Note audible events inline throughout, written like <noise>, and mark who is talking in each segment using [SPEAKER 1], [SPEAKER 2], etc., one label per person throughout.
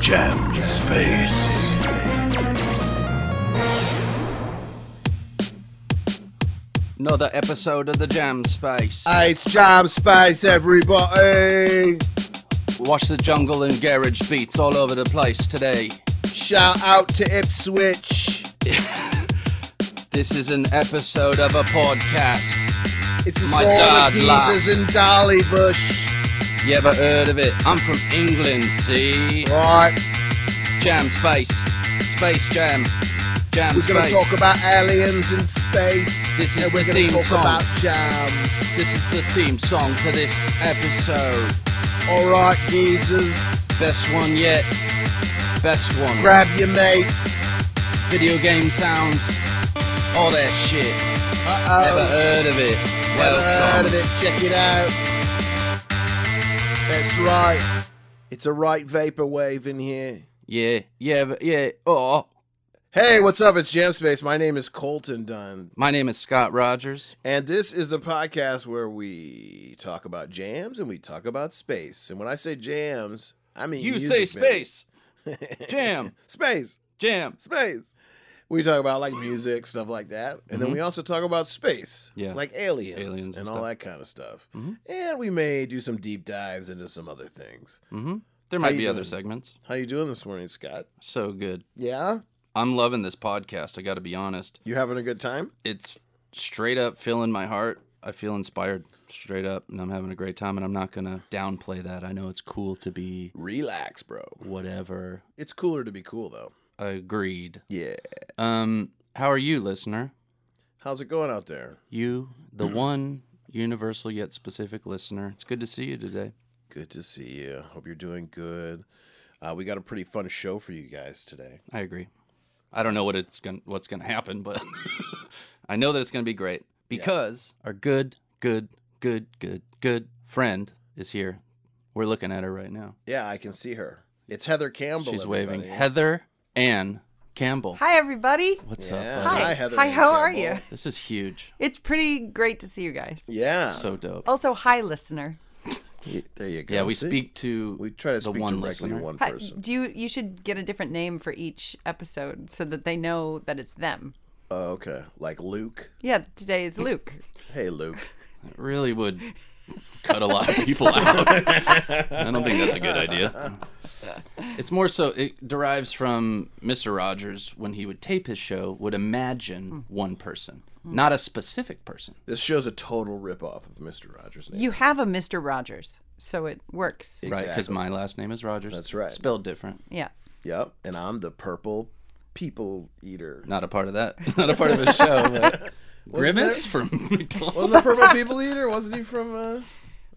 [SPEAKER 1] Jam Space.
[SPEAKER 2] Another episode of the Jam Space.
[SPEAKER 1] Hey, it's Jam Space, everybody.
[SPEAKER 2] Watch the jungle and garage beats all over the place today.
[SPEAKER 1] Shout out to Ipswich.
[SPEAKER 2] This is an episode of a podcast.
[SPEAKER 1] It's for
[SPEAKER 2] My
[SPEAKER 1] all
[SPEAKER 2] dad
[SPEAKER 1] the geezers
[SPEAKER 2] laughed.
[SPEAKER 1] in Dollybush.
[SPEAKER 2] You ever heard of it? I'm from England, see?
[SPEAKER 1] Right,
[SPEAKER 2] Jam Space. Space Jam. Jam
[SPEAKER 1] we're going to
[SPEAKER 2] Space.
[SPEAKER 1] talk about aliens in space.
[SPEAKER 2] This is
[SPEAKER 1] and we're
[SPEAKER 2] the
[SPEAKER 1] gonna
[SPEAKER 2] theme
[SPEAKER 1] talk
[SPEAKER 2] song.
[SPEAKER 1] about jam.
[SPEAKER 2] This is the theme song for this episode.
[SPEAKER 1] All right, geezers.
[SPEAKER 2] Best one yet. Best one.
[SPEAKER 1] Grab your mates.
[SPEAKER 2] Video game sounds. All that shit. Never
[SPEAKER 1] Uh-oh.
[SPEAKER 2] heard of it.
[SPEAKER 1] Oh. Never heard
[SPEAKER 2] Welcome.
[SPEAKER 1] of it. Check it out. That's right. It's a right vaporwave in here.
[SPEAKER 2] Yeah, yeah, but- yeah. Oh,
[SPEAKER 1] Hey, what's up? It's Jam Space. My name is Colton Dunn,
[SPEAKER 2] my name is Scott Rogers.
[SPEAKER 1] and this is the podcast where we talk about jams and we talk about space. And when I say jams, I mean
[SPEAKER 2] You
[SPEAKER 1] music,
[SPEAKER 2] say
[SPEAKER 1] baby. <laughs>
[SPEAKER 2] space, jam,
[SPEAKER 1] space,
[SPEAKER 2] jam.
[SPEAKER 1] space. We talk about like music, stuff like that, and then we also talk about space,
[SPEAKER 2] Mm-hmm. Yeah.
[SPEAKER 1] like aliens,
[SPEAKER 2] Aliens
[SPEAKER 1] and
[SPEAKER 2] and
[SPEAKER 1] all
[SPEAKER 2] stuff. Mm-hmm.
[SPEAKER 1] that kind of stuff. And we may do some deep dives into some other things.
[SPEAKER 2] Mm-hmm. There
[SPEAKER 1] How
[SPEAKER 2] might
[SPEAKER 1] you
[SPEAKER 2] be other
[SPEAKER 1] doing?
[SPEAKER 2] segments.
[SPEAKER 1] How you doing this morning, Scott?
[SPEAKER 2] So good.
[SPEAKER 1] Yeah,
[SPEAKER 2] I'm loving this podcast. I got to be honest.
[SPEAKER 1] you having a good time?
[SPEAKER 2] It's straight up filling my heart. I feel inspired straight up, and I'm having a great time. And I'm not gonna downplay that. I know it's cool to be
[SPEAKER 1] Relax, bro.
[SPEAKER 2] whatever.
[SPEAKER 1] It's cooler to be cool though.
[SPEAKER 2] Agreed.
[SPEAKER 1] Yeah.
[SPEAKER 2] Um, how are you, listener?
[SPEAKER 1] How's it going out there?
[SPEAKER 2] You,
[SPEAKER 1] <clears throat>
[SPEAKER 2] the one universal yet specific listener. It's good to see you today.
[SPEAKER 1] Good to see you. Hope you're doing good. Uh, we got a pretty fun show for you guys today.
[SPEAKER 2] I agree. I don't know what it's going to what's gonna happen, but <laughs> I know that it's gonna be great because our good, good, good, good, good friend is here. We're looking at her right now.
[SPEAKER 1] Yeah, I can see her. It's Heather Campbell.
[SPEAKER 2] She's waving.
[SPEAKER 1] everybody.
[SPEAKER 2] Heather Ann Campbell.
[SPEAKER 3] Hi, everybody.
[SPEAKER 2] What's
[SPEAKER 1] Yeah.
[SPEAKER 2] up? buddy?
[SPEAKER 3] Hi.
[SPEAKER 1] Hi, Heather.
[SPEAKER 3] Hi, how are
[SPEAKER 1] Campbell.
[SPEAKER 3] you?
[SPEAKER 2] This is huge.
[SPEAKER 3] It's pretty great to see you guys.
[SPEAKER 1] Yeah.
[SPEAKER 2] So dope.
[SPEAKER 3] Also, hi, listener.
[SPEAKER 1] Y- there you go.
[SPEAKER 2] yeah, we
[SPEAKER 1] See?
[SPEAKER 2] speak to
[SPEAKER 1] We try to
[SPEAKER 2] the
[SPEAKER 1] speak
[SPEAKER 2] one
[SPEAKER 1] directly
[SPEAKER 2] listener.
[SPEAKER 1] to one
[SPEAKER 3] Hi,
[SPEAKER 1] person.
[SPEAKER 3] do you, you should get a different name for each episode so that they know that it's them.
[SPEAKER 1] Oh, okay. Like Luke.
[SPEAKER 3] Yeah, today is Luke.
[SPEAKER 1] Hey, Luke.
[SPEAKER 3] <laughs>
[SPEAKER 2] It really would cut a lot of
[SPEAKER 1] <laughs>
[SPEAKER 2] people out. I don't think that's a good idea. It's more so it derives from Mr. Rogers when he would tape his show would
[SPEAKER 1] Hmm.
[SPEAKER 2] imagine one person, not a specific person.
[SPEAKER 1] This show's a total ripoff of Mr. Rogers' name.
[SPEAKER 3] you have a Mr. Rogers, so it works.
[SPEAKER 2] Right, because
[SPEAKER 1] Exactly.
[SPEAKER 2] my last name is Rogers.
[SPEAKER 1] That's right.
[SPEAKER 2] Spelled different.
[SPEAKER 3] Yeah.
[SPEAKER 1] Yep. And I'm the purple people
[SPEAKER 2] <laughs>
[SPEAKER 1] eater.
[SPEAKER 2] Not a part of that. Not a part of
[SPEAKER 1] <laughs>
[SPEAKER 2] his show. But Grimace from McDonald's.
[SPEAKER 1] Wasn't the purple people eater? Wasn't he from? Uh...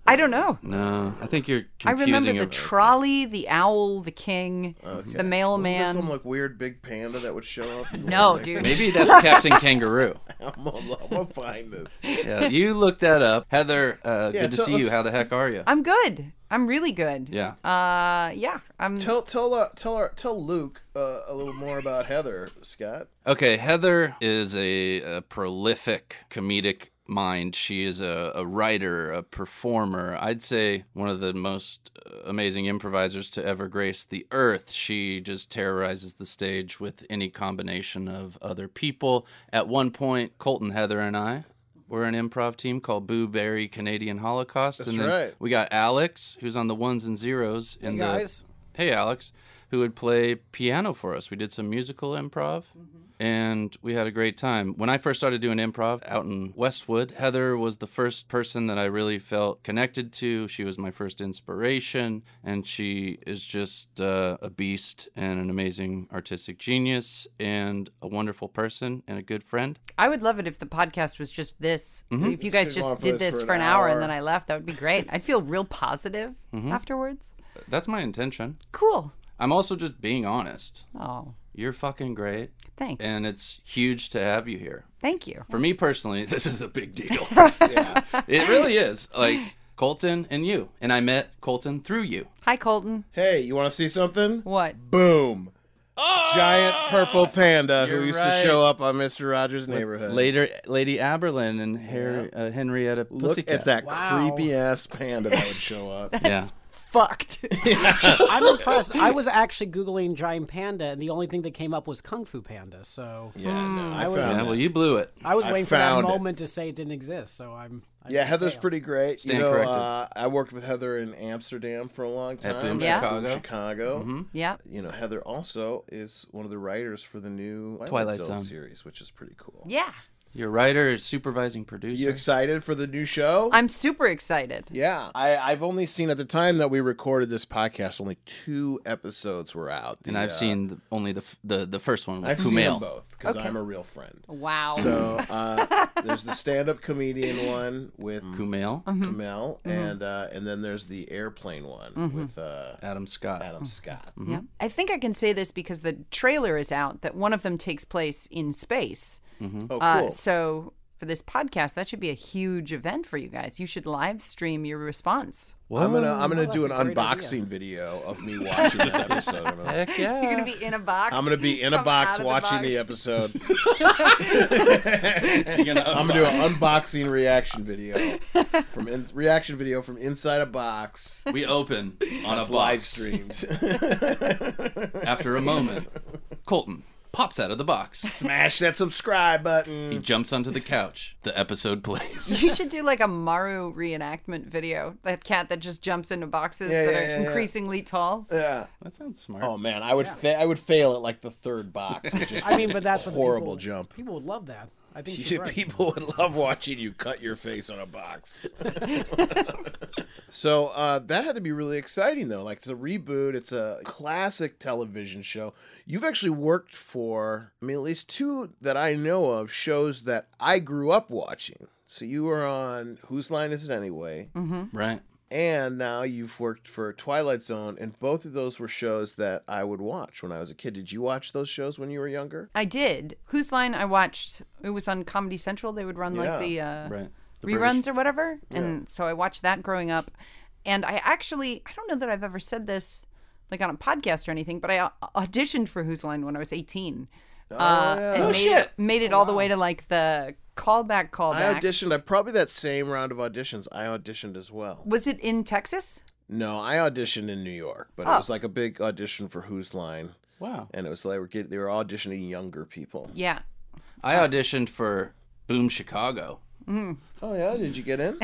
[SPEAKER 3] I don't know.
[SPEAKER 2] No, I think you're
[SPEAKER 3] I
[SPEAKER 2] confusing.
[SPEAKER 3] remember the
[SPEAKER 2] your-
[SPEAKER 3] trolley, the owl, the king, the
[SPEAKER 1] Wasn't there some
[SPEAKER 3] mailman.
[SPEAKER 1] like weird big panda that would show up?
[SPEAKER 3] No, dude.
[SPEAKER 2] <laughs> Maybe that's Captain
[SPEAKER 1] <laughs>
[SPEAKER 2] Kangaroo.
[SPEAKER 1] I'm gonna, I'm gonna find this.
[SPEAKER 2] Yeah, you look that up, Heather. Uh,
[SPEAKER 1] Yeah,
[SPEAKER 2] good to
[SPEAKER 1] tell
[SPEAKER 2] see you.
[SPEAKER 1] us-
[SPEAKER 2] How the heck are you?
[SPEAKER 3] I'm good. I'm really good.
[SPEAKER 2] Yeah.
[SPEAKER 3] Uh, yeah. I'm.
[SPEAKER 1] Tell tell uh, tell our, tell Luke uh, a little more about Heather Scott.
[SPEAKER 2] Okay, Heather is a, a prolific comedic mind. She is a, a writer, a performer. I'd say one of the most uh, amazing improvisers to ever grace the earth. She just terrorizes the stage with any combination of other people. At one point, Colton, Heather, and I were an improv team called Boo Berry Canadian Holocaust. and then
[SPEAKER 1] right.
[SPEAKER 2] we got Alex, who's on the ones and zeros in the
[SPEAKER 4] guys.
[SPEAKER 2] hey Alex, who would play piano for us. We did some musical improv and we had a great time. When I first started doing improv out in Westwood, Heather was the first person that I really felt connected to. She was my first inspiration and she is just uh, a beast and an amazing artistic genius and a wonderful person and a good friend.
[SPEAKER 3] I would love it if the podcast was just this.
[SPEAKER 2] Mm-hmm.
[SPEAKER 3] If you guys
[SPEAKER 1] could go on
[SPEAKER 3] just
[SPEAKER 1] for this
[SPEAKER 3] did this
[SPEAKER 1] for
[SPEAKER 3] for,
[SPEAKER 1] an
[SPEAKER 3] an hour.
[SPEAKER 1] hour.
[SPEAKER 3] and then I left, that would be great. I'd feel real positive
[SPEAKER 2] Mm-hmm.
[SPEAKER 3] afterwards.
[SPEAKER 2] That's my intention.
[SPEAKER 3] Cool.
[SPEAKER 2] I'm also just being honest.
[SPEAKER 3] Oh,
[SPEAKER 2] You're fucking great.
[SPEAKER 3] thanks.
[SPEAKER 2] And it's huge to have you here.
[SPEAKER 3] Thank you.
[SPEAKER 2] For me personally, <laughs> this is a big deal. It really is. Like Colton and you. And I met Colton through you.
[SPEAKER 3] Hi, Colton.
[SPEAKER 1] Hey, you want to see something?
[SPEAKER 3] What?
[SPEAKER 1] Boom! Giant purple panda who
[SPEAKER 2] Ah! You're
[SPEAKER 1] used to
[SPEAKER 2] right.
[SPEAKER 1] show up on Mister Rogers' neighborhood.
[SPEAKER 2] Later, Lady Aberlin and Harry, uh, Henrietta
[SPEAKER 1] Look
[SPEAKER 2] Pussycat.
[SPEAKER 1] at that
[SPEAKER 4] Wow.
[SPEAKER 1] creepy ass panda that would show up.
[SPEAKER 2] Yeah.
[SPEAKER 3] <laughs> fucked.
[SPEAKER 4] I'm impressed. I was actually googling giant panda, and the only thing that came up was Kung Fu Panda. So
[SPEAKER 1] Yeah, no, I,
[SPEAKER 4] I was-
[SPEAKER 2] Yeah,
[SPEAKER 1] found
[SPEAKER 2] well,
[SPEAKER 1] it.
[SPEAKER 2] you blew it.
[SPEAKER 4] I was
[SPEAKER 1] I
[SPEAKER 4] waiting for that
[SPEAKER 1] found it.
[SPEAKER 4] moment to say it didn't exist. So I'm. I
[SPEAKER 1] Yeah, Heather's
[SPEAKER 4] failed.
[SPEAKER 1] pretty great.
[SPEAKER 2] Stand
[SPEAKER 1] you know,
[SPEAKER 2] corrected.
[SPEAKER 1] uh, I worked with Heather in Amsterdam for a long time.
[SPEAKER 2] At Boom
[SPEAKER 3] Yeah.
[SPEAKER 1] Boom
[SPEAKER 2] Chicago.
[SPEAKER 1] Chicago. Mm-hmm.
[SPEAKER 3] yeah.
[SPEAKER 1] You know, Heather also is one of the writers for the new Twilight,
[SPEAKER 2] Twilight
[SPEAKER 1] Zone,
[SPEAKER 2] Zone.
[SPEAKER 1] series, which is pretty cool.
[SPEAKER 3] Yeah.
[SPEAKER 2] Your writer, supervising producer.
[SPEAKER 1] You excited for the new show?
[SPEAKER 3] I'm super excited.
[SPEAKER 1] yeah, I, I've only seen at the time that we recorded this podcast, only two episodes were out. The,
[SPEAKER 2] and I've
[SPEAKER 1] uh,
[SPEAKER 2] seen the, only the f- the the first one with
[SPEAKER 1] I've seen them
[SPEAKER 2] Kumail.
[SPEAKER 1] both because
[SPEAKER 3] Okay.
[SPEAKER 1] I'm a real friend.
[SPEAKER 3] Wow.
[SPEAKER 1] So uh, there's the stand-up comedian one with
[SPEAKER 2] Kumail,
[SPEAKER 1] Um, Kamel, and uh, and then there's the airplane one with uh,
[SPEAKER 2] Adam Scott.
[SPEAKER 1] Adam Scott.
[SPEAKER 3] Yeah.
[SPEAKER 2] mm-hmm.
[SPEAKER 3] I think I can say this because the trailer is out that one of them takes place in space.
[SPEAKER 2] Mm-hmm.
[SPEAKER 1] Oh, cool.
[SPEAKER 3] Uh, so for this podcast, that should be a huge event for you guys. You should live stream your response.
[SPEAKER 1] I'm gonna I'm gonna
[SPEAKER 4] Well,
[SPEAKER 1] do an
[SPEAKER 4] that's a great
[SPEAKER 1] unboxing video of me watching that episode. I'm gonna,
[SPEAKER 2] Heck yeah.
[SPEAKER 3] You're gonna be in a box.
[SPEAKER 1] I'm gonna
[SPEAKER 3] <laughs>
[SPEAKER 1] be in a
[SPEAKER 3] come out
[SPEAKER 1] box
[SPEAKER 3] of
[SPEAKER 1] watching the,
[SPEAKER 3] box.
[SPEAKER 1] episode.
[SPEAKER 2] <laughs>
[SPEAKER 1] I'm gonna do an unboxing reaction video from in, reaction video from inside a box.
[SPEAKER 2] we open on a
[SPEAKER 1] Live
[SPEAKER 2] box.
[SPEAKER 1] streamed.
[SPEAKER 2] After
[SPEAKER 1] <laughs>
[SPEAKER 2] a moment, Colton pops out of the box.
[SPEAKER 1] Smash that subscribe
[SPEAKER 2] He
[SPEAKER 1] button.
[SPEAKER 2] jumps onto the couch. The episode
[SPEAKER 3] <laughs>
[SPEAKER 2] plays.
[SPEAKER 3] You should do like a Maru reenactment video. That cat that just jumps into boxes
[SPEAKER 1] Yeah,
[SPEAKER 3] that
[SPEAKER 1] yeah,
[SPEAKER 3] are
[SPEAKER 1] yeah, yeah.
[SPEAKER 3] increasingly tall.
[SPEAKER 1] Yeah.
[SPEAKER 2] That sounds smart.
[SPEAKER 1] Oh man, I would fa- I would fail at like the third box. which is
[SPEAKER 4] <laughs> I mean, but that's what the
[SPEAKER 1] Horrible
[SPEAKER 4] people,
[SPEAKER 1] jump.
[SPEAKER 4] People would love that. I think she's
[SPEAKER 1] Yeah,
[SPEAKER 4] right.
[SPEAKER 1] people would love watching you cut your face on a box. <laughs> so uh, that had to be really exciting, though. Like it's a reboot. It's a classic television show. You've actually worked for, I mean, at least two that I know of shows that I grew up watching. So you were on Whose Line Is It Anyway,
[SPEAKER 3] Mm-hmm.
[SPEAKER 2] Right.
[SPEAKER 1] and now you've worked for Twilight Zone, and both of those were shows that I would watch when I was a kid. Did you watch those shows when you were younger?
[SPEAKER 3] I did. Whose line I watched? It was on Comedy Central. They would run
[SPEAKER 1] Yeah.
[SPEAKER 3] like the uh,
[SPEAKER 2] Right. The
[SPEAKER 3] reruns or whatever. And so I watched that growing up. And I actually, I don't know that I've ever said this like on a podcast or anything, but I au- auditioned for Who's Line when I was 18. Oh, uh,
[SPEAKER 1] yeah.
[SPEAKER 3] and
[SPEAKER 1] No
[SPEAKER 3] made,
[SPEAKER 1] shit.
[SPEAKER 3] made it all the way to like the callback
[SPEAKER 1] I
[SPEAKER 3] callback.
[SPEAKER 1] auditioned. I probably that same round of auditions. I auditioned as well.
[SPEAKER 3] Was it in Texas?
[SPEAKER 1] No, I auditioned in New York, but it was like a big audition for Who's Line,
[SPEAKER 2] Wow.
[SPEAKER 1] and it was like they were getting, they were auditioning younger people.
[SPEAKER 3] Yeah.
[SPEAKER 2] I auditioned for Boom Chicago.
[SPEAKER 1] Oh yeah, did you get in?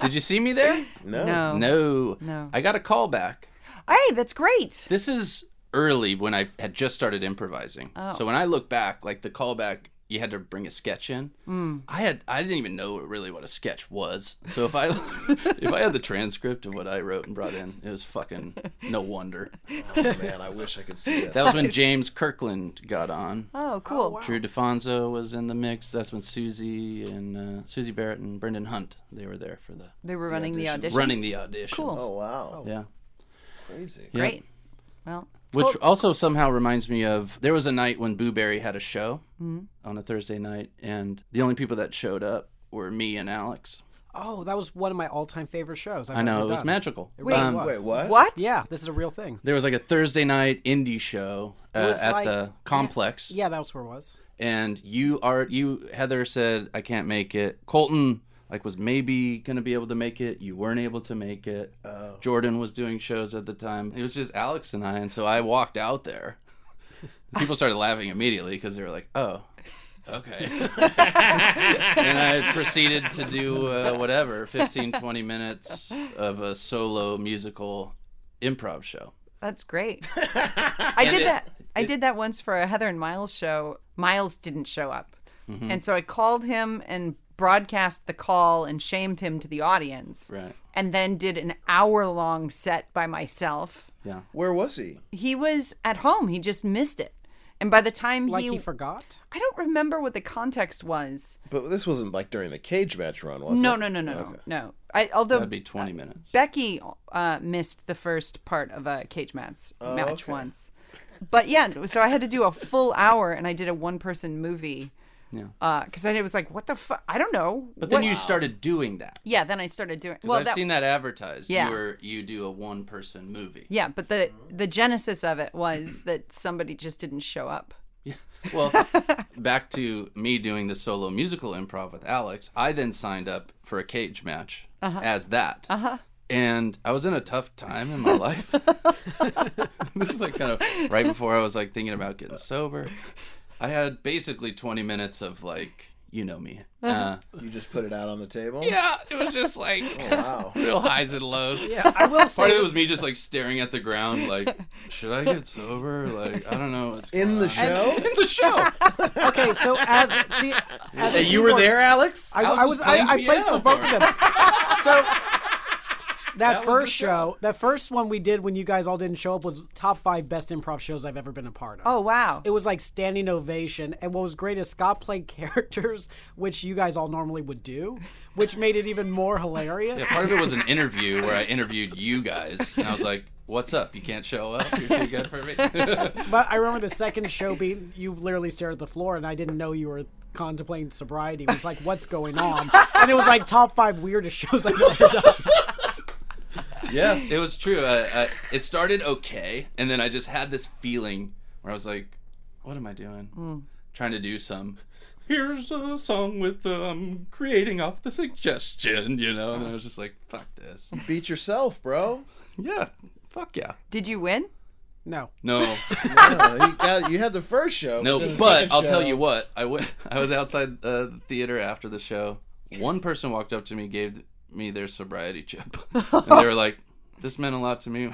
[SPEAKER 2] Did you see me there?
[SPEAKER 1] No.
[SPEAKER 3] No.
[SPEAKER 2] No.
[SPEAKER 3] Oh, No.
[SPEAKER 2] I got a call back.
[SPEAKER 3] Hey, that's great.
[SPEAKER 2] This is early when I had just started improvising. So when I look back, like the callback, you had to bring a sketch in. I had I didn't even know really what a sketch was. So if I <laughs> if I had the transcript of what I wrote and brought in, it was fucking no wonder.
[SPEAKER 1] Oh, man, I wish I could see that.
[SPEAKER 2] That was when James Kirkland got on.
[SPEAKER 3] Oh, cool.
[SPEAKER 2] Drew DeFonso was in the mix. That's when Susie and uh, Susie Barrett and Brendan Hunt they were there for the
[SPEAKER 3] They were running the audition.
[SPEAKER 2] running the audition.
[SPEAKER 3] Cool.
[SPEAKER 1] Oh wow,
[SPEAKER 2] Yeah.
[SPEAKER 1] crazy.
[SPEAKER 2] Yeah.
[SPEAKER 3] Great. Well,
[SPEAKER 2] Which also somehow reminds me of there was a night when Boo Berry had a show on a Thursday night, and the only people that showed up were me and Alex.
[SPEAKER 4] Oh, that was one of my all-time favorite shows. I've
[SPEAKER 2] I know
[SPEAKER 4] ever
[SPEAKER 2] it was
[SPEAKER 4] done.
[SPEAKER 2] magical.
[SPEAKER 4] really
[SPEAKER 2] Um,
[SPEAKER 4] was.
[SPEAKER 1] Wait, what?
[SPEAKER 3] what?
[SPEAKER 4] Yeah, this is a real thing.
[SPEAKER 2] There was like a Thursday night indie show uh,
[SPEAKER 4] was
[SPEAKER 2] at
[SPEAKER 4] like-
[SPEAKER 2] the complex,
[SPEAKER 4] Yeah, that was where it was.
[SPEAKER 2] and you are you Heather said I can't make it. Colton like was maybe gonna be able to make it. You weren't able to make it. Jordan was doing shows at the time. It was just Alex and I, and so I walked out there. People started laughing immediately because they were like, "Oh, okay." and I proceeded to do uh, whatever 15, 20 minutes of a solo musical improv show.
[SPEAKER 3] That's great. I did
[SPEAKER 2] it-
[SPEAKER 3] that. I did that once for a Heather and Miles show. Miles didn't show up,
[SPEAKER 2] Mm-hmm.
[SPEAKER 3] and so I called him and broadcast the call and shamed him to the audience.
[SPEAKER 2] Right.
[SPEAKER 3] And then did an hour long set by myself.
[SPEAKER 2] Yeah.
[SPEAKER 1] Where was he?
[SPEAKER 3] He was at home. He just missed it. And by the time
[SPEAKER 4] Like
[SPEAKER 3] he,
[SPEAKER 4] he forgot.
[SPEAKER 3] I don't remember what the context was.
[SPEAKER 1] But this wasn't like during the cage match run, was
[SPEAKER 3] No,
[SPEAKER 1] it?
[SPEAKER 3] no, no, no, no, no. I, although
[SPEAKER 2] That'd be 20 minutes.
[SPEAKER 3] Becky uh, missed the first part of a cage match
[SPEAKER 2] Oh,
[SPEAKER 3] match
[SPEAKER 1] okay.
[SPEAKER 3] once, but yeah, so I had to do a full hour, and I did a one person movie. uh,
[SPEAKER 2] Yeah.
[SPEAKER 3] because I was like, "What the fuck? I don't know."
[SPEAKER 2] But then
[SPEAKER 3] what-
[SPEAKER 2] you started doing that.
[SPEAKER 3] yeah, then I started doing.
[SPEAKER 2] 'Cause
[SPEAKER 3] Well,
[SPEAKER 2] I've
[SPEAKER 3] that,
[SPEAKER 2] seen that advertised.
[SPEAKER 3] Yeah.
[SPEAKER 2] You, were, you do a one person
[SPEAKER 3] <laughs>
[SPEAKER 2] movie.
[SPEAKER 3] yeah, but the the genesis of it was that somebody just didn't show up.
[SPEAKER 2] Well, back to me doing the solo musical improv with Alex, I then signed up for a cage match as that. Uh-huh. and I was in a tough time in my life. <laughs> this is like kind of right before I was like thinking about getting sober. I had basically 20 minutes of like, you know me.
[SPEAKER 3] Uh-huh.
[SPEAKER 2] Uh,
[SPEAKER 1] You just put it out on the table.
[SPEAKER 2] yeah, it was just like <laughs>
[SPEAKER 1] Wow.
[SPEAKER 2] real highs and lows.
[SPEAKER 4] Yeah, <laughs> I will
[SPEAKER 2] Part
[SPEAKER 4] say
[SPEAKER 2] of it was me just like staring at the ground, like, should I get sober? Like, I don't know what's
[SPEAKER 1] In the
[SPEAKER 2] going
[SPEAKER 1] show.
[SPEAKER 2] on. In the show.
[SPEAKER 4] <laughs> okay. So as see, as a
[SPEAKER 5] you were
[SPEAKER 4] keyboard-
[SPEAKER 5] there, Alex.
[SPEAKER 4] I,
[SPEAKER 2] Alex
[SPEAKER 4] I
[SPEAKER 2] was
[SPEAKER 4] was. I,
[SPEAKER 2] playing
[SPEAKER 4] I played for
[SPEAKER 2] piano.
[SPEAKER 4] both of them. So
[SPEAKER 2] <laughs>
[SPEAKER 4] that,
[SPEAKER 2] was
[SPEAKER 4] first
[SPEAKER 2] the
[SPEAKER 4] show. that first one we did when you guys all didn't show up, was top five best improv shows I've ever been a part of.
[SPEAKER 3] Oh wow.
[SPEAKER 4] It was like standing ovation, and what was great is Scott played <laughs> characters which you guys all normally would do, which made it even more hilarious.
[SPEAKER 2] Yeah, part of it was an interview where I interviewed you guys, and I was like, "What's up? You can't show up. You're too good for me."
[SPEAKER 4] But I remember the second show being you literally stared at the floor, and I didn't know you were contemplating sobriety. It was like, what's going on? And it was like top five weirdest shows I've ever done.
[SPEAKER 2] <laughs> yeah, it was true. I, I, it started okay, and then I just had this feeling where I was like, "What am I doing? Trying to do some." Here's a song with um creating off the suggestion, you know. And I was just like, "Fuck this."
[SPEAKER 1] Beat yourself, bro.
[SPEAKER 2] <laughs> yeah, fuck yeah.
[SPEAKER 3] Did you win?
[SPEAKER 4] No.
[SPEAKER 2] No,
[SPEAKER 1] Yeah, you, got- you had the first show.
[SPEAKER 2] No,
[SPEAKER 1] then the
[SPEAKER 2] but
[SPEAKER 1] second
[SPEAKER 2] I'll tell
[SPEAKER 1] show-
[SPEAKER 2] you what. I went. <laughs> I was outside uh, the theater after the show. One person walked up to me, gave me their sobriety chip, <laughs> and they were like, "This meant a lot to me.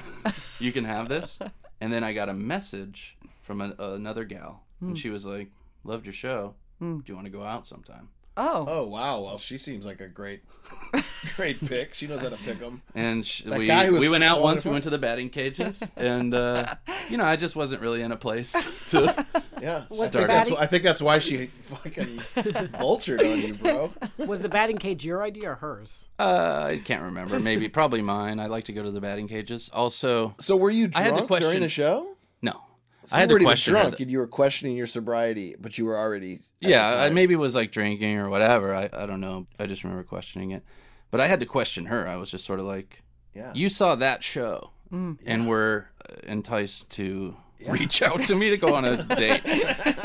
[SPEAKER 2] You can have this." And then I got a message from an, another gal,
[SPEAKER 1] Hmm.
[SPEAKER 2] and she was like, "Loved your show. Do you want to go out sometime?"
[SPEAKER 3] Oh.
[SPEAKER 1] Oh wow! Well, she seems like a great, <laughs> great pick. She knows how to pick them.
[SPEAKER 2] And sh- we
[SPEAKER 1] guy who was
[SPEAKER 2] we went out
[SPEAKER 1] falling
[SPEAKER 2] once. We
[SPEAKER 1] apart?
[SPEAKER 2] went to the batting cages, and uh, you know, I just wasn't really in a place <laughs> to.
[SPEAKER 1] Yeah, I
[SPEAKER 4] the
[SPEAKER 1] think, that's,
[SPEAKER 4] batting-
[SPEAKER 1] wh- I think that's why she
[SPEAKER 3] <laughs>
[SPEAKER 1] fucking vultured on you, bro.
[SPEAKER 4] Was the batting cage your idea or hers?
[SPEAKER 2] Uh, I can't remember. Maybe probably mine. I like to go to the batting cages. Also,
[SPEAKER 1] So were you drunk
[SPEAKER 2] had
[SPEAKER 1] during
[SPEAKER 2] to question-
[SPEAKER 1] the show?
[SPEAKER 2] No.
[SPEAKER 1] So you
[SPEAKER 2] I had to
[SPEAKER 1] weren't even
[SPEAKER 2] question her
[SPEAKER 1] drunk,
[SPEAKER 2] th-
[SPEAKER 1] and you were questioning your sobriety, but you were already. at the
[SPEAKER 2] yeah, I
[SPEAKER 1] time.
[SPEAKER 2] maybe was like drinking or whatever. I, I don't know. I just remember questioning it. But I had to question her. I was just sort of like,
[SPEAKER 1] Yeah.
[SPEAKER 2] you saw that show
[SPEAKER 1] Mm.
[SPEAKER 2] and were uh, enticed to reach out to me to go on
[SPEAKER 1] <laughs>
[SPEAKER 2] a date.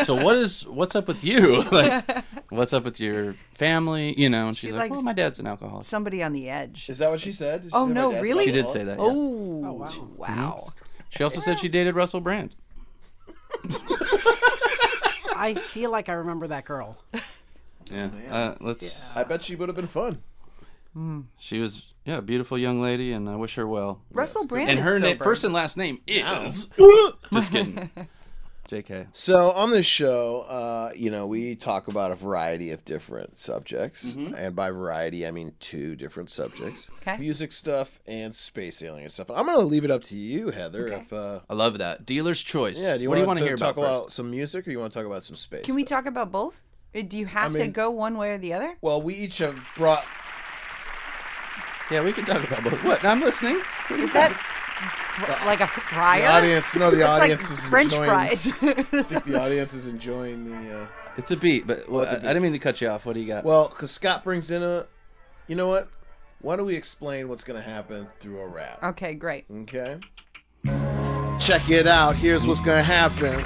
[SPEAKER 2] so what is what's up with you? <laughs> like what's up with your family, you know? And she's
[SPEAKER 3] She
[SPEAKER 2] like,
[SPEAKER 3] likes-
[SPEAKER 2] "Well, my dad's an alcoholic."
[SPEAKER 3] Somebody on the edge.
[SPEAKER 1] Is that what she said? Did she
[SPEAKER 3] Oh,
[SPEAKER 1] say my
[SPEAKER 3] no,
[SPEAKER 1] dad's
[SPEAKER 3] really?
[SPEAKER 2] She did
[SPEAKER 1] alcoholic?
[SPEAKER 2] say that. yeah.
[SPEAKER 3] Oh, wow.
[SPEAKER 2] She also said she dated Russell Brand.
[SPEAKER 4] I feel like I remember that girl.
[SPEAKER 2] Yeah.
[SPEAKER 1] Oh,
[SPEAKER 2] Uh, let's
[SPEAKER 1] I bet she would have been fun.
[SPEAKER 2] She was yeah, a beautiful young lady and I wish her well.
[SPEAKER 3] Russell Brand
[SPEAKER 2] and
[SPEAKER 3] is
[SPEAKER 2] her
[SPEAKER 3] sober.
[SPEAKER 2] name, first and last name <laughs> is. Just <laughs> kidding. Jk.
[SPEAKER 1] So on this show, uh, you know, we talk about a variety of different subjects, and by variety, I mean two different subjects:
[SPEAKER 3] Mm-hmm. Okay.
[SPEAKER 1] music stuff and space alien stuff. I'm gonna leave it up to you, Heather. If uh,
[SPEAKER 2] I love that dealer's choice.
[SPEAKER 1] yeah, do you
[SPEAKER 2] what do you
[SPEAKER 1] want
[SPEAKER 2] want to hear
[SPEAKER 1] talk
[SPEAKER 2] about,
[SPEAKER 1] about,
[SPEAKER 2] first?
[SPEAKER 1] some music, or you want to talk about some space?
[SPEAKER 3] Can we talk about both? Uh, Do you have to
[SPEAKER 1] mean-
[SPEAKER 3] go one way or the other?
[SPEAKER 1] Well, we each have brought.
[SPEAKER 2] Yeah, we can talk about both. What? I'm listening. What do you
[SPEAKER 3] Is that
[SPEAKER 2] think?
[SPEAKER 3] fr- like a fryer?
[SPEAKER 1] The audience, no, the
[SPEAKER 3] It's like
[SPEAKER 1] audience is
[SPEAKER 3] French
[SPEAKER 1] enjoying, <laughs>
[SPEAKER 3] fries. <laughs>
[SPEAKER 1] I think the audience is enjoying the. Uh,
[SPEAKER 2] It's a beat, but well,
[SPEAKER 1] it's a
[SPEAKER 2] I- I didn't mean to cut you off. What do you got?
[SPEAKER 1] well, because Scott brings in a. You know what? Why don't we explain what's gonna happen through a rap?
[SPEAKER 3] okay, great.
[SPEAKER 1] Okay. Check it out. Here's what's gonna happen.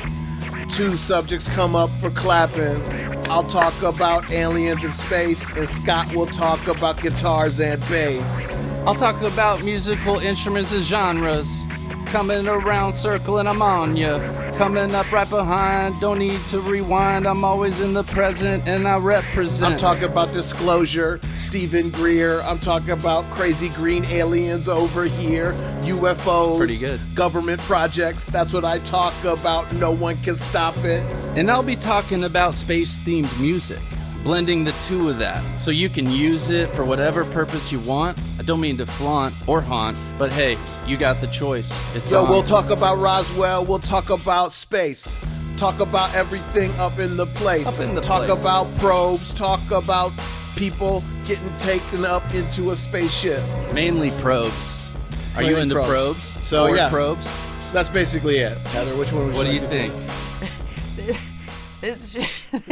[SPEAKER 1] Two subjects come up for clapping. I'll talk about aliens in space, and Scott will talk about guitars and bass.
[SPEAKER 2] I'll talk about musical instruments and genres. Coming around, circling, I'm on ya. Coming up right behind, don't need to rewind. I'm always in the present and I represent.
[SPEAKER 1] I'm talking about disclosure, Stephen Greer. I'm talking about crazy green aliens over here, UFOs,
[SPEAKER 2] Pretty good.
[SPEAKER 1] government projects. That's what I talk about. No one can stop it.
[SPEAKER 2] And I'll be talking about space themed music, blending the two of that, so you can use it for whatever purpose you want. I don't mean to flaunt or haunt, but hey, you got the choice. It's
[SPEAKER 1] So
[SPEAKER 2] on.
[SPEAKER 1] we'll talk about Roswell. We'll talk about space. Talk about everything up in the place.
[SPEAKER 2] Up in the
[SPEAKER 1] talk
[SPEAKER 2] place.
[SPEAKER 1] about probes. Talk about people getting taken up into a spaceship.
[SPEAKER 2] mainly probes. Are you
[SPEAKER 1] Mainly
[SPEAKER 2] into probes?
[SPEAKER 1] probes. So,
[SPEAKER 2] Forward
[SPEAKER 1] yeah.
[SPEAKER 2] probes.
[SPEAKER 1] So that's basically it. Heather, which one would
[SPEAKER 2] What do
[SPEAKER 1] you
[SPEAKER 2] you think?
[SPEAKER 1] <laughs>
[SPEAKER 3] It's just,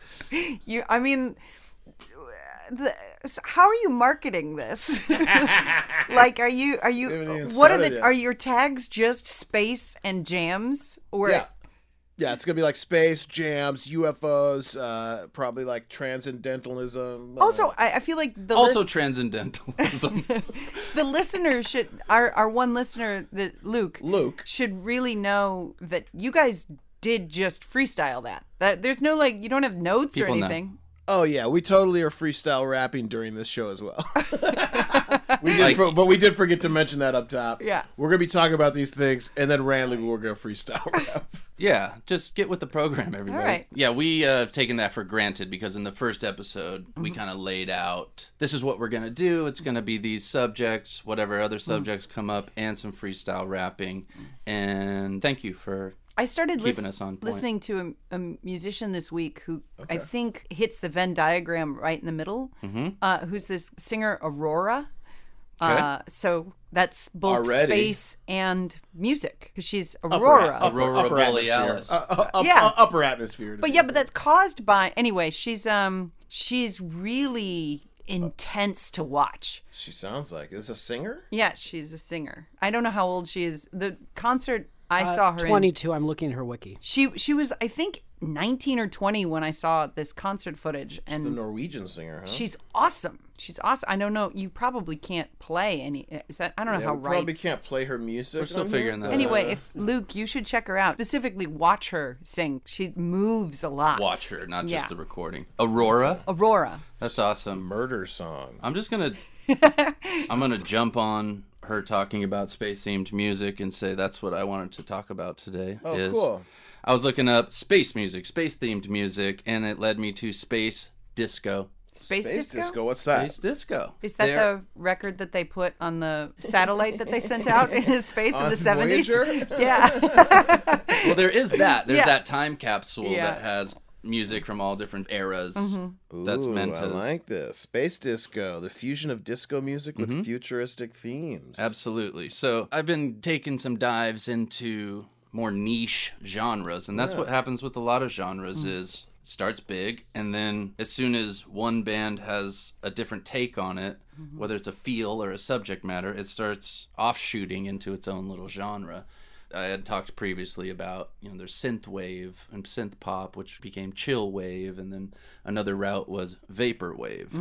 [SPEAKER 3] <laughs> you. I mean, the, so how are you marketing this? <laughs> like, are you are
[SPEAKER 1] We haven't
[SPEAKER 3] you?
[SPEAKER 1] even
[SPEAKER 3] What are
[SPEAKER 1] started
[SPEAKER 3] the
[SPEAKER 1] yet.
[SPEAKER 3] are your tags just space and jams? Or
[SPEAKER 1] Yeah. Yeah, it's gonna be like space jams, UFOs, uh, probably like transcendentalism. uh,
[SPEAKER 3] Also, I, I feel like the
[SPEAKER 2] Also, <laughs> transcendentalism.
[SPEAKER 3] the listener should our our one listener that Luke
[SPEAKER 1] Luke.
[SPEAKER 3] should really know that you guys did just freestyle that. That there's no like you don't have notes or
[SPEAKER 2] People know.
[SPEAKER 3] anything.
[SPEAKER 1] oh yeah, we totally are freestyle rapping during this show as
[SPEAKER 3] <laughs>
[SPEAKER 1] well. we did,
[SPEAKER 2] Like-
[SPEAKER 1] for- but we did forget to mention that up top.
[SPEAKER 3] Yeah.
[SPEAKER 1] we're gonna be talking about these things, and then randomly we're gonna freestyle
[SPEAKER 3] <laughs>
[SPEAKER 1] rap.
[SPEAKER 2] Yeah, just get with the program, <laughs> everybody.
[SPEAKER 3] right.
[SPEAKER 2] Yeah, we uh, have taken that for granted because in the first episode,
[SPEAKER 1] Mm-hmm.
[SPEAKER 2] we kind of laid out this is what we're going to do. It's going to be these subjects, whatever other
[SPEAKER 1] Mm-hmm.
[SPEAKER 2] subjects come up, and some freestyle rapping. And thank you for.
[SPEAKER 3] I started
[SPEAKER 2] Keeping
[SPEAKER 3] lis-
[SPEAKER 2] us on point.
[SPEAKER 3] listening to a, a musician this week who I think hits the Venn diagram right in the middle.
[SPEAKER 2] Mm-hmm.
[SPEAKER 3] Uh, who's this singer Aurora? Uh, so that's both
[SPEAKER 1] Already. Oh,
[SPEAKER 3] space and music. 'cause She's Aurora.
[SPEAKER 2] Aurora
[SPEAKER 1] upper
[SPEAKER 2] Borealis.
[SPEAKER 1] atmosphere. Uh, uh, up-
[SPEAKER 3] Yeah.
[SPEAKER 1] uh, upper atmosphere.
[SPEAKER 3] But yeah, but that's caused by anyway. She's um she's really intense to watch.
[SPEAKER 1] she sounds like is this a singer.
[SPEAKER 3] Yeah, she's a singer. I don't know how old she is. The concert I saw her in,
[SPEAKER 4] 22. I'm looking at her wiki.
[SPEAKER 3] she she was I think 19 or 20 when I saw this concert footage and
[SPEAKER 1] Norwegian singer, huh?
[SPEAKER 3] she's awesome. She's awesome. I don't know, you probably can't play any is that I don't know
[SPEAKER 1] yeah,
[SPEAKER 3] how
[SPEAKER 1] we probably
[SPEAKER 3] rights-
[SPEAKER 1] can't play her music. We're
[SPEAKER 2] still figuring that out.
[SPEAKER 3] Anyway, if Luke, you should check her out. Specifically watch her sing. She moves a lot.
[SPEAKER 2] Watch her, not
[SPEAKER 3] Yeah.
[SPEAKER 2] just the recording. Aurora?
[SPEAKER 3] Aurora.
[SPEAKER 2] That's awesome.
[SPEAKER 1] murder song.
[SPEAKER 2] I'm
[SPEAKER 1] <laughs>
[SPEAKER 2] just going to. I'm going to jump on her talking about space themed music and say that's what I wanted to talk about today.
[SPEAKER 1] Oh,
[SPEAKER 2] is-
[SPEAKER 1] cool.
[SPEAKER 2] I was looking up space music, space themed music, and it led me to space disco.
[SPEAKER 3] Space,
[SPEAKER 1] Space disco?
[SPEAKER 3] disco?
[SPEAKER 1] What's that?
[SPEAKER 2] Space disco.
[SPEAKER 3] Is that
[SPEAKER 2] They're-
[SPEAKER 3] the record that they put on the satellite that they sent out into space in
[SPEAKER 1] On
[SPEAKER 3] the seventies?
[SPEAKER 1] Voyager?
[SPEAKER 3] <laughs> Yeah.
[SPEAKER 2] Well, there is that. There's
[SPEAKER 3] <laughs> Yeah.
[SPEAKER 2] that time capsule
[SPEAKER 3] Yeah. Mm-hmm.
[SPEAKER 2] that has music from all different eras. That's
[SPEAKER 1] Ooh,
[SPEAKER 2] meant
[SPEAKER 1] I
[SPEAKER 2] as
[SPEAKER 1] like this. Space disco, the fusion of disco music with
[SPEAKER 2] Mm-hmm.
[SPEAKER 1] futuristic themes.
[SPEAKER 2] absolutely. So I've been taking some dives into more niche genres, and that's what happens with a lot of genres is it starts big and then as soon as one band has a different take on it whether it's a feel or a subject matter it starts offshooting into its own little genre I had talked previously about, you know, there's synth wave and synth pop, which became chill wave, and then another route was vapor wave,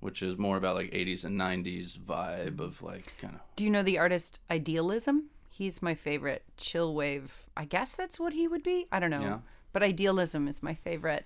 [SPEAKER 2] which is more about like 80s and 90s vibe of like kind of.
[SPEAKER 3] Do you know the artist Idealism? He's my favorite chill wave. I guess that's what he would be. I don't know.
[SPEAKER 2] Yeah.
[SPEAKER 3] But Idealism is my favorite.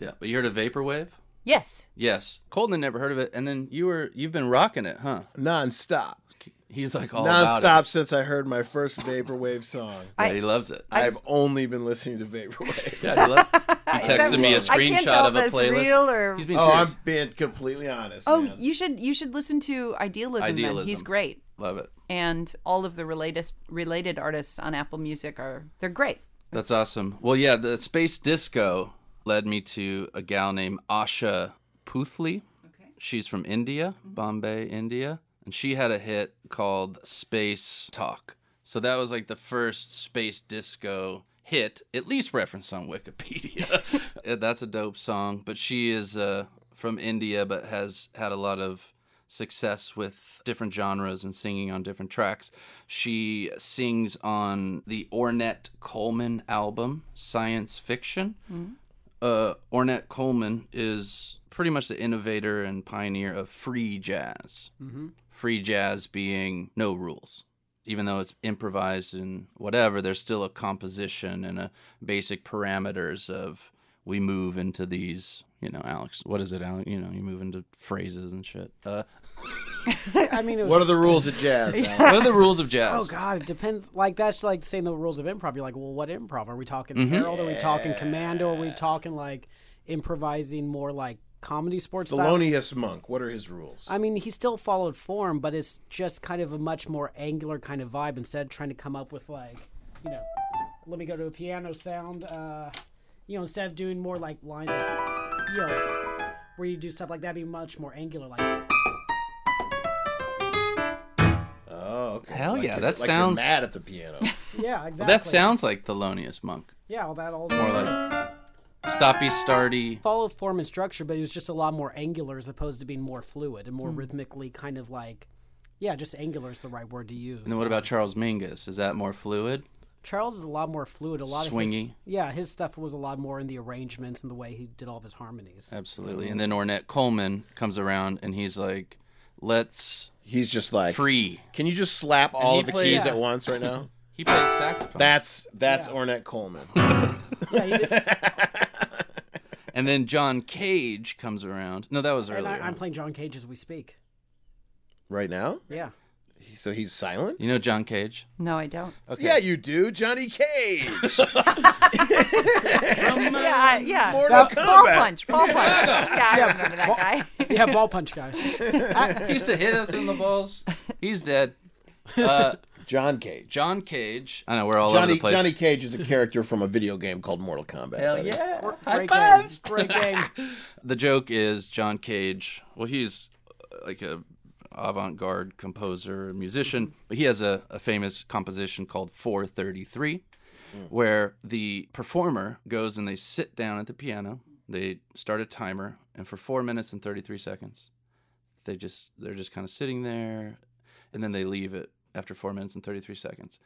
[SPEAKER 2] Yeah, but you heard of vapor wave?
[SPEAKER 3] Yes.
[SPEAKER 2] Yes, Colton never heard of it, and then you were you've been rocking it, huh?
[SPEAKER 1] Non-stop.
[SPEAKER 2] He's like all about
[SPEAKER 1] Non-stop since I heard my first vaporwave song.
[SPEAKER 2] it. Yeah, he loves it.
[SPEAKER 1] I've only been listening to
[SPEAKER 2] <laughs>
[SPEAKER 1] vaporwave.
[SPEAKER 2] yeah, he, lo-
[SPEAKER 3] <laughs>
[SPEAKER 2] he texted me a
[SPEAKER 1] I
[SPEAKER 2] screenshot
[SPEAKER 3] can't tell
[SPEAKER 2] of a
[SPEAKER 3] if that's
[SPEAKER 2] playlist.
[SPEAKER 3] real or-
[SPEAKER 2] He's being
[SPEAKER 1] oh, I'm
[SPEAKER 2] serious.
[SPEAKER 1] being completely honest.
[SPEAKER 3] Oh,
[SPEAKER 1] man.
[SPEAKER 3] you should you should listen to Idealism. Then. He's
[SPEAKER 2] Idealism.
[SPEAKER 3] great.
[SPEAKER 2] Love it.
[SPEAKER 3] And all of the related related artists on Apple Music are they're great.
[SPEAKER 2] That's awesome. Well, yeah, the space disco led me to a gal named Asha Puthley. Okay. She's from India, Bombay, India, and she had a hit called Space Talk. So that was like the first space disco hit, at least referenced on Wikipedia. And That's a dope song, but she is uh, from India, but has had a lot of success with different genres and singing on different tracks. She sings on the Ornette Coleman album, Science Fiction. Uh, Ornette Coleman is pretty much the innovator and pioneer of free jazz. Free jazz being no rules. Even though it's improvised and whatever, there's still a composition and a basic parameters of we move into these, you know, Alex. What is it, Alex? You know, you move into phrases and shit. Uh,
[SPEAKER 4] I mean, it was,
[SPEAKER 1] What are the rules of jazz? Alan?
[SPEAKER 2] what are
[SPEAKER 4] <laughs>
[SPEAKER 2] the rules of jazz?
[SPEAKER 4] oh god, it depends. Like that's like saying the rules of improv. You're like, well, what improv are we talking? Harold? Are we talking Commando? Are we talking like improvising more like comedy sports style?
[SPEAKER 1] Thelonious Monk. What are his rules?
[SPEAKER 4] I mean, he still followed form, but it's just kind of a much more angular kind of vibe instead of trying to come up with like, you know, let me go to a piano sound. Uh, you know, instead of doing more like lines, like, you know, where you do stuff like that, be much more angular. Like,
[SPEAKER 1] oh, okay.
[SPEAKER 2] Hell
[SPEAKER 1] like-
[SPEAKER 2] yeah,
[SPEAKER 1] is
[SPEAKER 2] that
[SPEAKER 1] it like
[SPEAKER 2] sounds-
[SPEAKER 1] You're mad at the piano.
[SPEAKER 2] <laughs>
[SPEAKER 4] yeah, exactly.
[SPEAKER 2] That sounds like Thelonious Monk.
[SPEAKER 4] yeah. All that all
[SPEAKER 2] More like stoppy, starty.
[SPEAKER 4] follow form and structure, but it was just a lot more angular as opposed to being more fluid and
[SPEAKER 2] Hmm.
[SPEAKER 4] more rhythmically kind of like, yeah, just angular is the right word to use.
[SPEAKER 2] And then what about Charles Mingus? Is that more fluid?
[SPEAKER 4] Charles is a lot more fluid. A lot of his,
[SPEAKER 2] Swingy.
[SPEAKER 4] yeah, his stuff was a lot more in the arrangements and the way he did all of his harmonies.
[SPEAKER 2] Absolutely. And then Ornette Coleman comes around and he's like, let's
[SPEAKER 1] He's just like
[SPEAKER 2] free.
[SPEAKER 1] Can you just slap all
[SPEAKER 2] he
[SPEAKER 1] of the
[SPEAKER 2] plays-
[SPEAKER 1] keys at once right now?
[SPEAKER 2] <laughs> He plays saxophone.
[SPEAKER 1] That's that's
[SPEAKER 4] Yeah.
[SPEAKER 1] Ornette
[SPEAKER 2] <laughs>
[SPEAKER 1] Coleman.
[SPEAKER 4] Yeah, he <laughs> did-
[SPEAKER 2] and then John Cage comes around. No, that was earlier.
[SPEAKER 4] and I, I'm playing John Cage as we speak.
[SPEAKER 1] right now?
[SPEAKER 4] Yeah,
[SPEAKER 1] So he's silent?
[SPEAKER 2] you know John Cage?
[SPEAKER 3] No, I don't.
[SPEAKER 2] Okay.
[SPEAKER 1] Yeah, you do. Johnny
[SPEAKER 2] <laughs>
[SPEAKER 1] Cage.
[SPEAKER 3] Yeah, I- yeah.
[SPEAKER 1] Mortal
[SPEAKER 4] That-
[SPEAKER 3] Ball
[SPEAKER 1] Kombat.
[SPEAKER 3] <laughs> punch, ball punch. Yeah, I remember that guy.
[SPEAKER 4] yeah, ball punch <laughs> guy.
[SPEAKER 2] he used to hit us in the balls. <laughs> He's dead. Uh,
[SPEAKER 1] John Cage.
[SPEAKER 2] John Cage. I know we're all over
[SPEAKER 1] Johnny
[SPEAKER 2] the place.
[SPEAKER 1] Johnny Cage is a character from a video game called Mortal Kombat. buddy.
[SPEAKER 2] yeah!
[SPEAKER 4] Great game. Great game.
[SPEAKER 2] The joke is John Cage. Well, he's uh, like a avant-garde composer, musician, but he has a, a famous composition called 433, where the performer goes and they sit down at the piano. They start a timer, and for four minutes and 33 seconds, they just they're just kind of sitting there, and then they leave it after four minutes and 33 seconds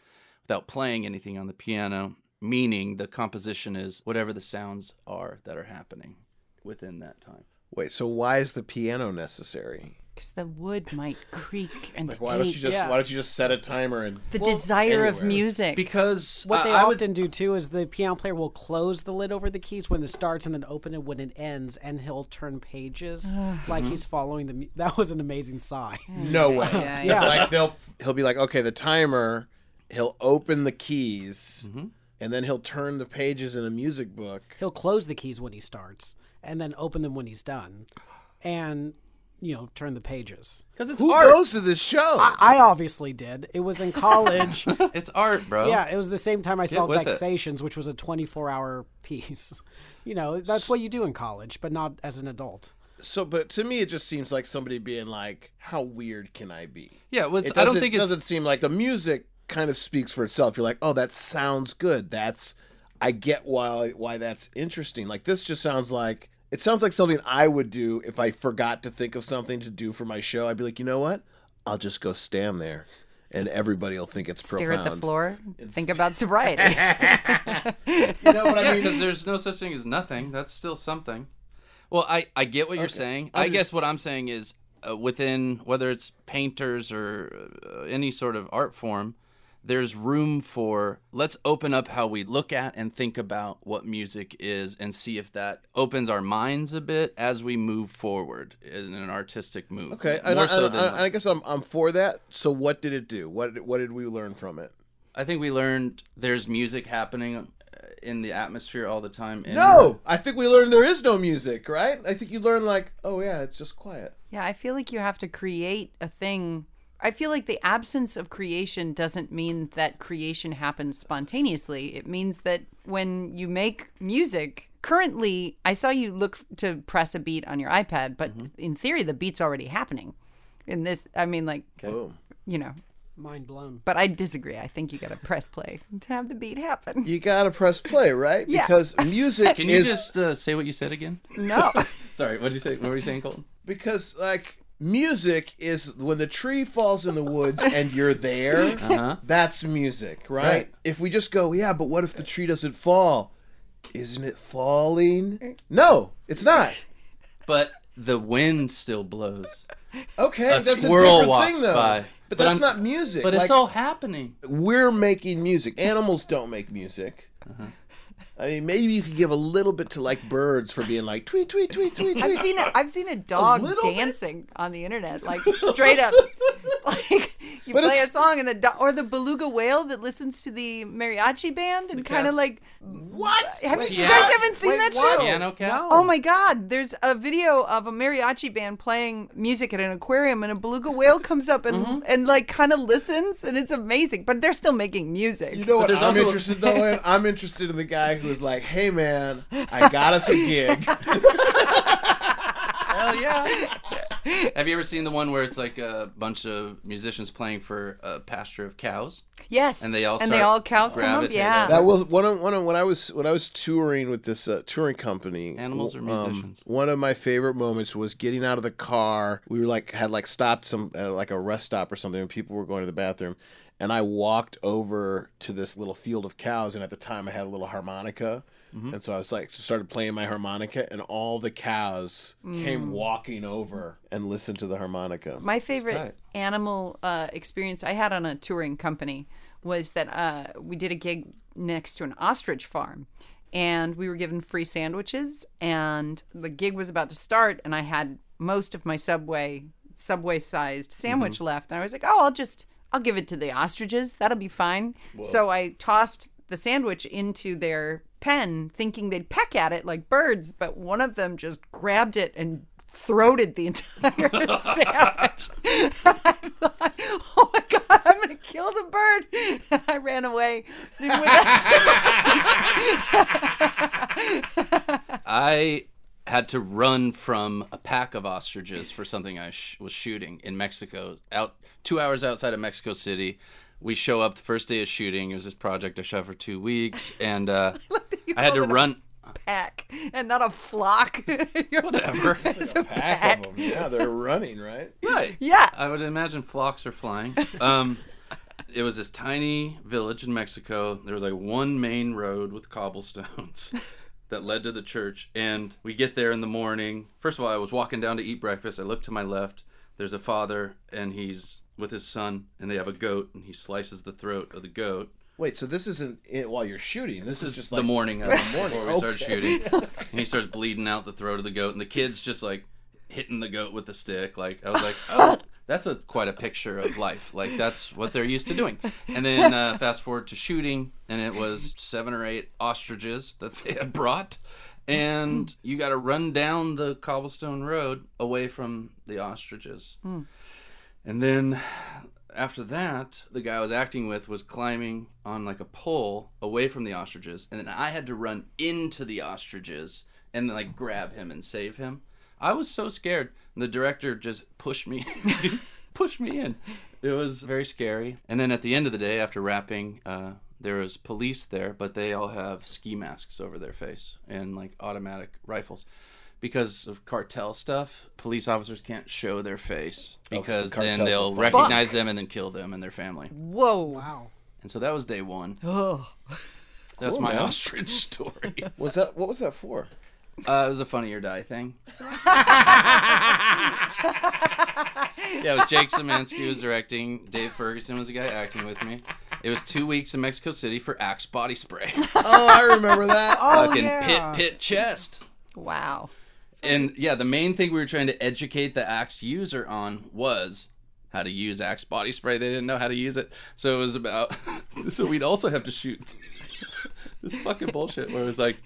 [SPEAKER 2] without playing anything on the piano, meaning the composition is whatever the sounds are that are happening within that time.
[SPEAKER 1] Wait, so why is the piano necessary?
[SPEAKER 3] Because the wood might creak and
[SPEAKER 1] Like why don't you
[SPEAKER 3] ache.
[SPEAKER 1] just why don't you just set a timer and
[SPEAKER 3] the desire of
[SPEAKER 1] anywhere.
[SPEAKER 3] music.
[SPEAKER 2] Because
[SPEAKER 4] What
[SPEAKER 2] I-
[SPEAKER 4] they
[SPEAKER 2] I would-
[SPEAKER 4] often do too is the piano player will close the lid over the keys when it starts and then open it when it ends, and he'll turn <sighs> pages like he's following the. mu- <laughs> That was an amazing sigh.
[SPEAKER 1] no way. <laughs>
[SPEAKER 3] yeah, <laughs> yeah.
[SPEAKER 1] Like they'll he'll be like, okay, the timer. He'll open the keys, and then he'll turn the pages in a music book.
[SPEAKER 4] He'll close the keys when he starts and then open them when he's done, and you know turn the pages.
[SPEAKER 2] Because it's
[SPEAKER 1] Who
[SPEAKER 2] art.
[SPEAKER 1] goes to this show?
[SPEAKER 4] I obviously did. It was in college.
[SPEAKER 2] It's art, bro.
[SPEAKER 4] yeah, it was the same time I saw
[SPEAKER 2] Oh. with it.
[SPEAKER 4] Vexations, which was a 24-hour piece. <laughs> You know, that's what you do in college, but not as an adult.
[SPEAKER 1] so, but to me, it just seems like somebody being like, "How weird can I be?"
[SPEAKER 2] Yeah, well, it's,
[SPEAKER 1] It
[SPEAKER 2] I don't
[SPEAKER 1] doesn't-
[SPEAKER 2] think it's
[SPEAKER 1] doesn't seem like the music kind of speaks for itself. You're like, "Oh, that sounds good. That's I get why why that's interesting." Like this just sounds like it sounds like something I would do if I forgot to think of something to do for my show. I'd be like, "You know what? I'll just go stand there." And everybody'll think it's
[SPEAKER 3] Stare
[SPEAKER 1] profound.
[SPEAKER 3] at the floor. Think
[SPEAKER 1] <laughs>
[SPEAKER 3] about sobriety.
[SPEAKER 1] You know what I
[SPEAKER 2] yeah,
[SPEAKER 1] mean?
[SPEAKER 3] <laughs>
[SPEAKER 2] because there's no such thing as nothing. That's still something. Well, I, I get what you're saying. i guess what I'm saying is uh, within whether it's painters or uh, any sort of art form, there's room for let's open up how we look at and think about what music is and see if that opens our minds a bit as we move forward in an artistic move.
[SPEAKER 1] Okay,
[SPEAKER 2] more
[SPEAKER 1] and I,
[SPEAKER 2] so
[SPEAKER 1] and
[SPEAKER 2] than
[SPEAKER 1] I-
[SPEAKER 2] like-
[SPEAKER 1] I guess I'm I'm for that. So what did it do? What did- what did we learn from it?
[SPEAKER 2] I think we learned there's music happening uh, in the atmosphere all the time. and-
[SPEAKER 1] No, I think we learned there is no music, right? I think you learn like, oh yeah, it's just quiet.
[SPEAKER 3] Yeah, I feel like you have to create a thing. I feel like the absence of creation doesn't mean that creation happens spontaneously. It means that when you make music, currently, I saw you look f- to press a beat on your iPad, but
[SPEAKER 1] Mm-hmm.
[SPEAKER 3] in theory, the beat's already happening. In this, I mean, like,
[SPEAKER 1] Boom.
[SPEAKER 3] you know,
[SPEAKER 4] Mind blown.
[SPEAKER 3] but I disagree. I think you got to press play to have the beat happen.
[SPEAKER 1] You gotta press play, right?
[SPEAKER 3] Yeah.
[SPEAKER 1] Because music
[SPEAKER 2] <laughs> Can you
[SPEAKER 1] is
[SPEAKER 2] just uh, say what you said again?
[SPEAKER 1] <laughs>
[SPEAKER 3] No.
[SPEAKER 2] <laughs> Sorry, what did you say? What were you saying, Colton?
[SPEAKER 1] because like music is when the tree falls in the woods and you're
[SPEAKER 2] <laughs>
[SPEAKER 1] there. That's music, right?
[SPEAKER 2] Uh-huh. Right.
[SPEAKER 1] If we just go, yeah, but what if the tree doesn't fall? Isn't it falling? No, it's not.
[SPEAKER 2] But the wind still blows.
[SPEAKER 1] Okay, that's a different
[SPEAKER 2] squirrel
[SPEAKER 1] thing
[SPEAKER 2] walks
[SPEAKER 1] though.
[SPEAKER 2] by.
[SPEAKER 1] But,
[SPEAKER 2] But
[SPEAKER 1] that's
[SPEAKER 2] I'm-
[SPEAKER 1] not music.
[SPEAKER 2] But it's
[SPEAKER 1] Like,
[SPEAKER 2] all happening.
[SPEAKER 1] we're making music. Animals don't make music.
[SPEAKER 2] Uh-huh.
[SPEAKER 1] I mean, maybe you could give a little bit to like birds for being like tweet tweet tweet tweet.
[SPEAKER 3] I've
[SPEAKER 1] tweet.
[SPEAKER 3] seen a, I've seen a dog
[SPEAKER 1] little bit?
[SPEAKER 3] dancing on the
[SPEAKER 1] <laughs>
[SPEAKER 3] internet, like straight up. like you
[SPEAKER 1] But
[SPEAKER 3] play a
[SPEAKER 1] it's-
[SPEAKER 3] song and the do- or the beluga whale that listens to the mariachi band and kind of like
[SPEAKER 1] what?
[SPEAKER 3] have you, you
[SPEAKER 2] yeah.
[SPEAKER 3] guys haven't seen
[SPEAKER 1] Wait,
[SPEAKER 3] that
[SPEAKER 1] what?
[SPEAKER 3] shit?
[SPEAKER 2] Piano cat?
[SPEAKER 4] No.
[SPEAKER 3] Oh my god, there's a video of a mariachi band playing music at an aquarium and a beluga whale comes up and
[SPEAKER 1] Mm-hmm.
[SPEAKER 3] and like kind of listens and it's amazing, but they're still making music.
[SPEAKER 1] You know what
[SPEAKER 2] there's
[SPEAKER 1] I'm
[SPEAKER 2] also-
[SPEAKER 1] interested though
[SPEAKER 2] <laughs>
[SPEAKER 1] in? I'm interested in the guy who was like, "Hey
[SPEAKER 2] <laughs>
[SPEAKER 1] man, I got us a gig."
[SPEAKER 2] Hell yeah. Have you ever seen the one where it's like a bunch of musicians playing for a pasture of cows?
[SPEAKER 3] Yes.
[SPEAKER 2] And they all
[SPEAKER 3] and they
[SPEAKER 2] start
[SPEAKER 3] all cows come up.
[SPEAKER 2] gravitating
[SPEAKER 3] Yeah.
[SPEAKER 2] up.
[SPEAKER 1] That was one of one of when I was when I was touring with this uh, touring company.
[SPEAKER 2] Animals or
[SPEAKER 1] w- um,
[SPEAKER 2] musicians?
[SPEAKER 1] one of my favorite moments was getting out of the car. We were like had like stopped some uh, like a rest stop or something, and people were going to the bathroom. And I walked over to this little field of cows, and at the time I had a little harmonica,
[SPEAKER 2] Mm-hmm.
[SPEAKER 1] and so I was like started playing my harmonica, and all the cows
[SPEAKER 2] Mm.
[SPEAKER 1] came walking over and listened to the harmonica.
[SPEAKER 3] My
[SPEAKER 2] tight.
[SPEAKER 3] favorite animal uh, experience I had on a touring company was that uh, we did a gig next to an ostrich farm, and we were given free sandwiches. And the gig was about to start, and I had most of my subway subway sized
[SPEAKER 2] Mm-hmm.
[SPEAKER 3] sandwich left, and I was like, "Oh, I'll just I'll give it to the ostriches. That'll be fine." So I tossed the sandwich into their pen, thinking they'd peck at it like birds, but one of them just grabbed it and throated the entire sandwich. <laughs> I thought, oh my god, I'm gonna kill the bird. <laughs> I ran away.
[SPEAKER 2] I had to run from a pack of ostriches for something I sh- was shooting in Mexico, out two hours outside of Mexico City. We show up the first day of shooting. It was this project I shot for two weeks, and uh, <laughs> I had to run.
[SPEAKER 3] pack and not a flock. <laughs> Whatever. <laughs> It's a
[SPEAKER 1] Pack
[SPEAKER 3] pack.
[SPEAKER 1] of 'em. <laughs> yeah, they're running right.
[SPEAKER 2] <laughs> Right.
[SPEAKER 3] Yeah. <laughs>
[SPEAKER 2] I would imagine flocks are flying. Um, it was this tiny village in Mexico. There was like one main road with cobblestones that led to the church. And we get there in the morning. First of all, I was walking down to eat breakfast. I look to my left. There's a father, and he's with his son, and they have a goat, and he slices the throat of the goat.
[SPEAKER 1] Wait, so this isn't it while you're shooting. This, is just like
[SPEAKER 2] the
[SPEAKER 1] <laughs>
[SPEAKER 2] morning of before we started
[SPEAKER 1] okay.
[SPEAKER 2] shooting.
[SPEAKER 1] <laughs>
[SPEAKER 2] and he starts bleeding out the throat of the goat, and the kid's just like hitting the goat with the stick. Like I was
[SPEAKER 1] <laughs>
[SPEAKER 2] like, oh, that's a quite a picture of life. Like that's what they're used to doing. And then
[SPEAKER 1] <laughs>
[SPEAKER 2] uh, fast forward to shooting, and it was seven or eight ostriches that they had brought. And
[SPEAKER 1] Hmm.
[SPEAKER 2] you got to run down the cobblestone road away from the ostriches.
[SPEAKER 1] Hmm.
[SPEAKER 2] And then after that, the guy I was acting with was climbing on like a pole away from the ostriches, and then I had to run into the ostriches and then like grab him and save him. I was so scared. And the director just pushed me, <laughs> pushed me in. It was very scary. And then at the end of the day, after wrapping, uh, there was police there, but they all have ski masks over their face and like automatic rifles. Because of cartel stuff, police officers can't show their face because
[SPEAKER 1] Oh, cartels
[SPEAKER 2] then
[SPEAKER 1] will
[SPEAKER 2] they'll
[SPEAKER 1] find
[SPEAKER 2] recognize recognize them and then kill them and their family.
[SPEAKER 3] Whoa.
[SPEAKER 4] Wow.
[SPEAKER 2] And so that was day one.
[SPEAKER 3] Oh.
[SPEAKER 2] That's my
[SPEAKER 1] man.
[SPEAKER 2] ostrich story.
[SPEAKER 1] Was that what was that for?
[SPEAKER 2] Uh, it was a funny or die thing. yeah, it was Jake Szymanski was directing. Dave Ferguson was the guy acting with me. It was two weeks in Mexico City for Axe body spray.
[SPEAKER 1] <laughs> Oh, <laughs> I remember that.
[SPEAKER 2] Fucking
[SPEAKER 4] yeah.
[SPEAKER 2] pit pit chest.
[SPEAKER 3] Wow.
[SPEAKER 2] And yeah, the main thing we were trying to educate the axe user on was how to use axe body spray. They didn't know how to use it. So it was about <laughs> so we'd also have to shoot <laughs> this fucking bullshit where it was like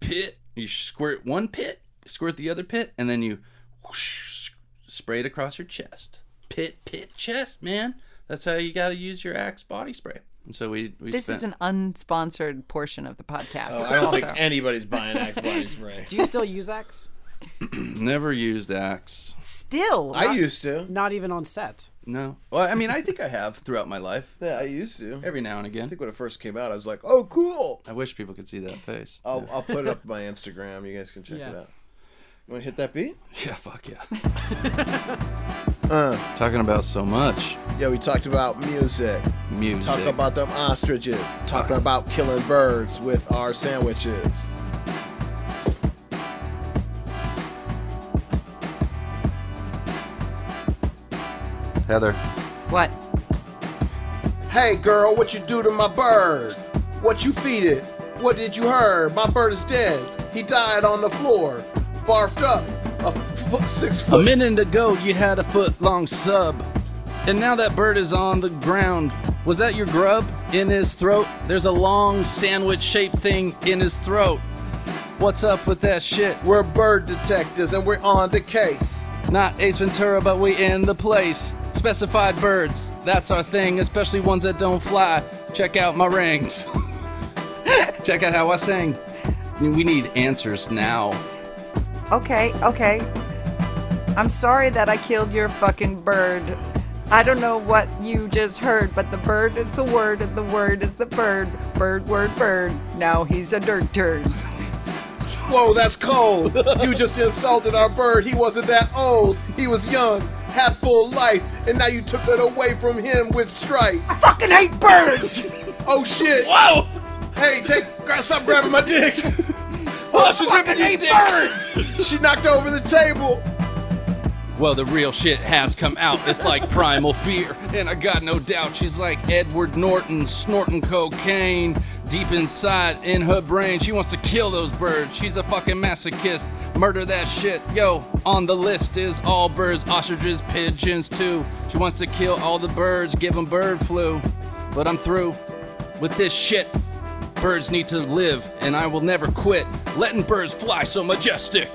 [SPEAKER 2] pit, you squirt one pit, squirt the other pit, and then you whoosh, spray it across your chest. Pit, pit, chest, man. That's how you got to use your axe body spray. And so we, we
[SPEAKER 3] This
[SPEAKER 2] spent,
[SPEAKER 3] is an unsponsored portion of the podcast.
[SPEAKER 1] Oh, I don't
[SPEAKER 3] also.
[SPEAKER 1] think anybody's buying Axe body spray.
[SPEAKER 4] Do you still use X? <laughs>
[SPEAKER 2] never used axe.
[SPEAKER 1] <laughs>
[SPEAKER 3] Still.
[SPEAKER 1] I used to.
[SPEAKER 4] Not even on set.
[SPEAKER 2] No. Well, I mean, I think I have throughout my life,
[SPEAKER 1] Yeah, I used to. I
[SPEAKER 2] every now and again.
[SPEAKER 1] think when it first came out, I was like, "Oh, cool."
[SPEAKER 2] I wish people could see that face.
[SPEAKER 1] I'll, I'll put it up on my Instagram. You guys can check it
[SPEAKER 4] Yeah.
[SPEAKER 1] out. You want to hit that beat?
[SPEAKER 2] <laughs> Yeah, fuck yeah. Uh, Talking about so much
[SPEAKER 1] Yeah, we talked about music.
[SPEAKER 2] music.
[SPEAKER 1] Talked about them ostriches. Talked about killing birds with our sandwiches.
[SPEAKER 2] Heather.
[SPEAKER 3] what?
[SPEAKER 1] Hey girl, what you do to my bird? What you feed it? What did you hear? My bird is dead. He died on the floor, barfed up. A f- six
[SPEAKER 2] A
[SPEAKER 1] foot.
[SPEAKER 2] minute ago, you had a foot long sub. And now that bird is on the ground. Was that your grub in his throat? There's a long sandwich shaped thing in his throat. What's up with that shit?
[SPEAKER 1] We're bird detectives and we're on the case.
[SPEAKER 2] Not Ace Ventura, but we in the place. Specified birds, that's our thing, especially ones that don't fly. Check out my rings. <laughs> Check out how I sang. We need answers now.
[SPEAKER 3] Okay. Okay. I'm sorry that I killed your fucking bird. I don't know what you just heard, but the bird is the word and the word is the bird. Bird, word, bird. Now he's a dirt turd.
[SPEAKER 1] Whoa, that's cold. you just insulted our bird. He wasn't that old. He was young, had full life, and now you took it away from him with strife.
[SPEAKER 3] I fucking hate birds!
[SPEAKER 1] Oh shit.
[SPEAKER 2] Whoa!
[SPEAKER 1] Hey, take gra- stop grabbing my
[SPEAKER 3] <laughs>
[SPEAKER 1] dick.
[SPEAKER 2] Oh, she's ripping your dick!
[SPEAKER 1] <laughs> She knocked over the table.
[SPEAKER 2] Well, the real shit has come out. It's like primal fear, and I got no doubt she's like Edward Norton snorting cocaine deep inside in her brain. She wants to kill those birds. She's a fucking masochist. Murder that shit. Yo, on the list is all birds, ostriches, pigeons too. She wants to kill all the birds, give them bird flu. But I'm through with this shit. Birds need to live, and I will never quit letting birds fly so majestic.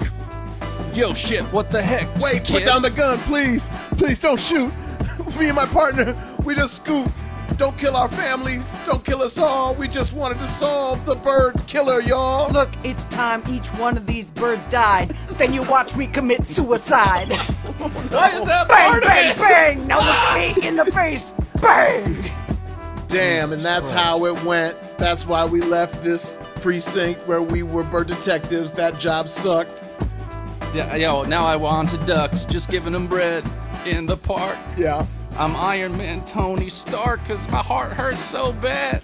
[SPEAKER 2] Yo, shit, what the heck?
[SPEAKER 1] Wait, put
[SPEAKER 2] skip?
[SPEAKER 1] down the gun, please. Please don't shoot. <laughs> Me and my partner, we just scoop. Don't kill our families. Don't kill us all. We just wanted to solve the bird killer, y'all.
[SPEAKER 3] Look, it's time each one of these birds died. Then you watch me commit suicide.
[SPEAKER 1] <laughs> Why is that
[SPEAKER 3] bang,
[SPEAKER 1] part of
[SPEAKER 3] bang,
[SPEAKER 1] it?
[SPEAKER 3] bang! Now look me in the face! Bang!
[SPEAKER 1] Damn, and that's how it went. That's why we left this precinct where we were bird detectives. That job sucked.
[SPEAKER 2] Yeah, yo, now I want to ducks, just giving them bread in the park.
[SPEAKER 1] Yeah.
[SPEAKER 2] I'm Iron Man Tony Stark, cause my heart hurts so bad.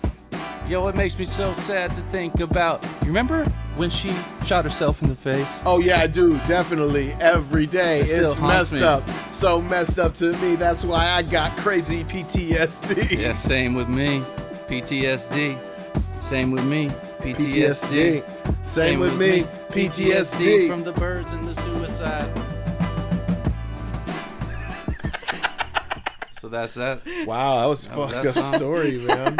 [SPEAKER 2] Yo, it makes me so sad to think about. You remember when she shot herself in the face?
[SPEAKER 1] Oh yeah, I do definitely every day.
[SPEAKER 2] It still
[SPEAKER 1] It's
[SPEAKER 2] haunts
[SPEAKER 1] messed
[SPEAKER 2] me.
[SPEAKER 1] up, so messed up to me. That's why I got crazy PTSD. <laughs>
[SPEAKER 2] Yeah, same with me. PTSD. Same with me. PTSD.
[SPEAKER 1] Same, with, me. PTSD.
[SPEAKER 2] From the birds and the suicide. <laughs> so that's that.
[SPEAKER 1] wow, that was a
[SPEAKER 2] was-
[SPEAKER 1] fucked
[SPEAKER 2] that's
[SPEAKER 1] up
[SPEAKER 2] wild. <laughs>
[SPEAKER 1] story, man.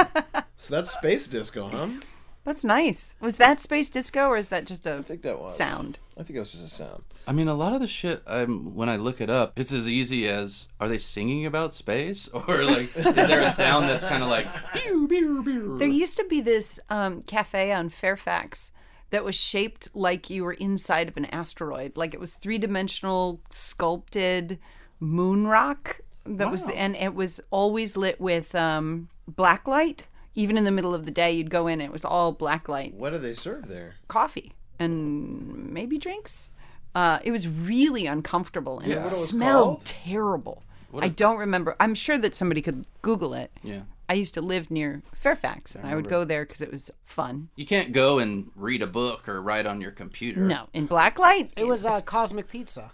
[SPEAKER 1] so that's space disco, huh? I
[SPEAKER 3] That's nice. Was that space disco or is that just a
[SPEAKER 1] think that was
[SPEAKER 3] sound?
[SPEAKER 1] I think it was just a sound.
[SPEAKER 2] I mean, a lot of the shit. I'm when I look it up, it's as easy as are they singing about space <laughs> or like is there a sound that's kind of like pew, pew, pew?
[SPEAKER 3] There used to be this um, cafe on Fairfax that was shaped like you were inside of an asteroid. Like it was three dimensional sculpted moon rock that was the and it was always lit with um, black light. Even in the middle of the day, you'd go in. It was all black light,
[SPEAKER 1] What do they serve there?
[SPEAKER 3] coffee, and maybe drinks. Uh, it was really uncomfortable and it
[SPEAKER 1] was
[SPEAKER 3] smelled
[SPEAKER 1] called?
[SPEAKER 3] terrible. I don't remember. I'm sure that somebody could Google it.
[SPEAKER 2] Yeah,
[SPEAKER 3] I used to live near Fairfax, and I, would go there because it was fun.
[SPEAKER 2] you can't go and read a book or write on your computer.
[SPEAKER 3] No, in blacklight,
[SPEAKER 4] It was uh, Cosmic Pizza.